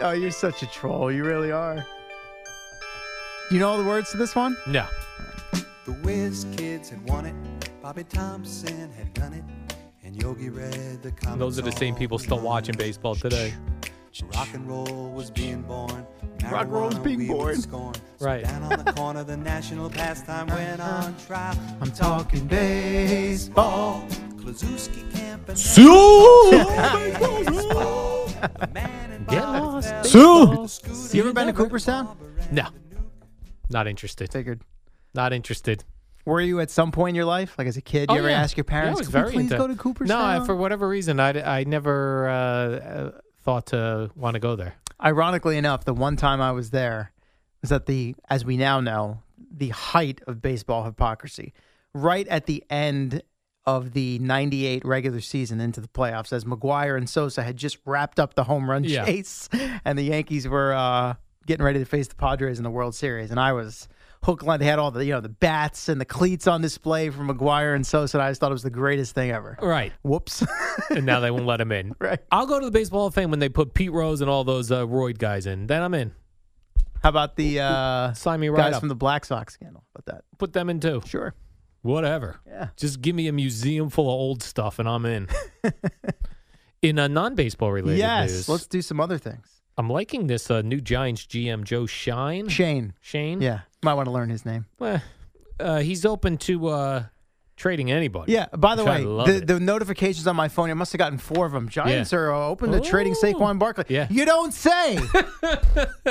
Speaker 1: Oh, you're such a troll. You really are. You know all the words to this one?
Speaker 2: No.
Speaker 12: The Whiz Kids had won it. Bobby Thompson had done it. And Yogi read the comic
Speaker 2: Those are the same people still watching baseball today.
Speaker 12: Rock and roll was being born.
Speaker 2: Rock and roll was
Speaker 12: Marijuana
Speaker 2: being
Speaker 12: weed was
Speaker 2: born.
Speaker 12: scorn.
Speaker 2: Right.
Speaker 12: Down on the corner, the national pastime went on trial.
Speaker 1: I'm talking baseball.
Speaker 12: Klazuski camp and
Speaker 2: Get lost.
Speaker 1: You ever been to Cooperstown?
Speaker 2: No. Not interested.
Speaker 1: Figured.
Speaker 2: Not interested.
Speaker 1: Were you at some point in your life, like as a kid, you
Speaker 2: Oh,
Speaker 1: ever
Speaker 2: yeah.
Speaker 1: ask your parents,
Speaker 2: Yeah, I was
Speaker 1: "Can we
Speaker 2: very
Speaker 1: please
Speaker 2: into-
Speaker 1: go to Cooperstown?
Speaker 2: No, I- for whatever reason, I, I never uh, uh, thought to want to go there.
Speaker 1: Ironically enough, the one time I was there was at the, as we now know, the height of baseball hypocrisy. Right at the end of the 98 regular season into the playoffs, as McGuire and Sosa had just wrapped up the home run
Speaker 2: Yeah.
Speaker 1: chase, and the Yankees were uh, getting ready to face the Padres in the World Series. And I was hook line. They had all the, you know, the bats and the cleats on display from McGuire and Sosa. And I just thought it was the greatest thing ever.
Speaker 2: Right.
Speaker 1: Whoops.
Speaker 2: and now they won't let him in.
Speaker 1: Right.
Speaker 2: I'll go to the Baseball Hall of Fame when they put Pete Rose and all those uh, Royd guys in. Then I'm in.
Speaker 1: How about the uh,
Speaker 2: Sign me right
Speaker 1: guys
Speaker 2: up.
Speaker 1: from the Black Sox scandal? How About that.
Speaker 2: Put them in too.
Speaker 1: Sure.
Speaker 2: Whatever.
Speaker 1: Yeah.
Speaker 2: Just give me a museum full of old stuff and I'm in. in a non-baseball related
Speaker 1: yes,
Speaker 2: news,
Speaker 1: let's do some other things.
Speaker 2: I'm liking this uh, new Giants GM Joe Shine.
Speaker 1: Shane.
Speaker 2: Shane.
Speaker 1: Yeah, might want to learn his name.
Speaker 2: Well, uh, he's open to uh, trading anybody.
Speaker 1: Yeah. By the
Speaker 2: which I
Speaker 1: way,
Speaker 2: love
Speaker 1: the,
Speaker 2: it.
Speaker 1: the notifications on my phone, I must have gotten four of them. Giants are uh, open to trading Saquon Barkley.
Speaker 2: Yeah.
Speaker 1: You don't say.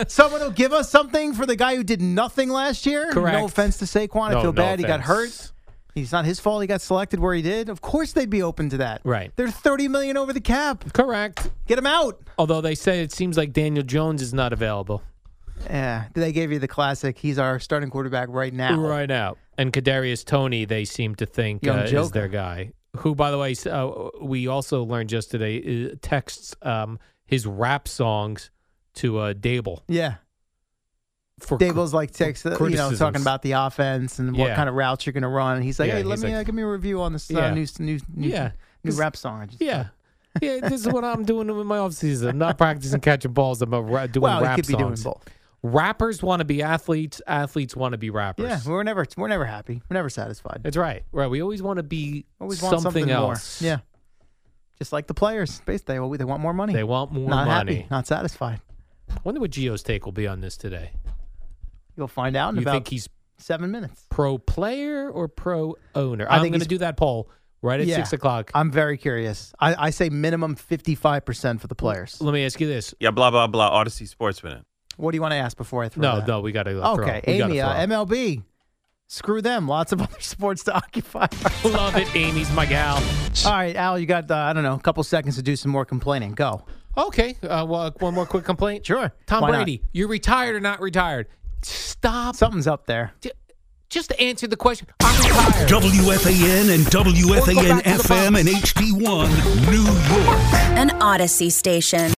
Speaker 1: Someone will give us something for the guy who did nothing last year.
Speaker 2: Correct.
Speaker 1: No offense to Saquon.
Speaker 2: No,
Speaker 1: I
Speaker 2: no
Speaker 1: feel bad he got
Speaker 2: offense.
Speaker 1: hurt. It's not his fault he got selected where he did. Of course they'd be open to that.
Speaker 2: Right.
Speaker 1: They're 30 million over the cap.
Speaker 2: Correct.
Speaker 1: Get him out.
Speaker 2: Although they say it seems like Daniel Jones is not available
Speaker 1: Yeah. They gave you the classic. He's our starting quarterback right now.
Speaker 2: right now, and Kadarius Tony they seem to think
Speaker 1: Young
Speaker 2: uh, is
Speaker 1: Joker.
Speaker 2: their guy. Who, by the way, s- uh, we also learned just today uh, texts um, his rap songs to uh, Dable.
Speaker 1: Yeah.
Speaker 2: For
Speaker 1: Dable's like takes uh, you know
Speaker 2: criticisms.
Speaker 1: talking about the offense and what
Speaker 2: Yeah.
Speaker 1: kind of routes you're going to run. And he's like,
Speaker 2: Yeah,
Speaker 1: hey, let
Speaker 2: he's
Speaker 1: me
Speaker 2: like-
Speaker 1: uh, give me a review on this uh,
Speaker 2: Yeah.
Speaker 1: new new new,
Speaker 2: Yeah.
Speaker 1: new
Speaker 2: This-
Speaker 1: rap song. I just
Speaker 2: Yeah. Yeah, this is what I'm doing in my offseason. I'm not practicing catching balls. I'm uh, ra- doing
Speaker 1: well,
Speaker 2: rap
Speaker 1: he could be doing
Speaker 2: songs.
Speaker 1: both.
Speaker 2: Rappers want to be athletes. Athletes want to be rappers.
Speaker 1: Yeah, we're never we're never happy. We're never satisfied.
Speaker 2: That's right. Right. We always want to be
Speaker 1: Always want
Speaker 2: something,
Speaker 1: something
Speaker 2: else.
Speaker 1: more. Yeah, just like the players, base they always- they want more money.
Speaker 2: They want more
Speaker 1: not
Speaker 2: money.
Speaker 1: happy, not satisfied.
Speaker 2: I wonder what Geo's take will be on this today.
Speaker 1: You'll find out in
Speaker 2: you
Speaker 1: about
Speaker 2: think he's
Speaker 1: seven minutes.
Speaker 2: pro player or pro owner?
Speaker 1: I
Speaker 2: I'm
Speaker 1: think
Speaker 2: going to
Speaker 1: he's-
Speaker 2: do that poll right at
Speaker 1: Yeah.
Speaker 2: six o'clock.
Speaker 1: I'm very curious. I, I say minimum fifty five percent for the players.
Speaker 2: Let me ask you this.
Speaker 4: Yeah, blah blah blah. Odyssey Sports Minute.
Speaker 1: What do you want to ask before I throw?
Speaker 2: No,
Speaker 1: that?
Speaker 2: no, we got to.
Speaker 1: Okay, Amy, uh, MLB. Screw them. Lots of other sports to occupy. our
Speaker 2: Love it. Amy's my gal.
Speaker 1: All right, Al, you got, uh, I don't know, a couple seconds to do some more complaining. Go.
Speaker 2: Okay. Uh, well, one more quick complaint.
Speaker 1: Sure.
Speaker 2: Tom
Speaker 1: Why not?
Speaker 2: Brady, you're retired or not retired? Stop.
Speaker 1: Something's up there.
Speaker 2: Just answer the question. I'm retired.
Speaker 6: WFAN and WFAN
Speaker 2: back to the
Speaker 6: FM and HD1, New York.
Speaker 11: An Odyssey station.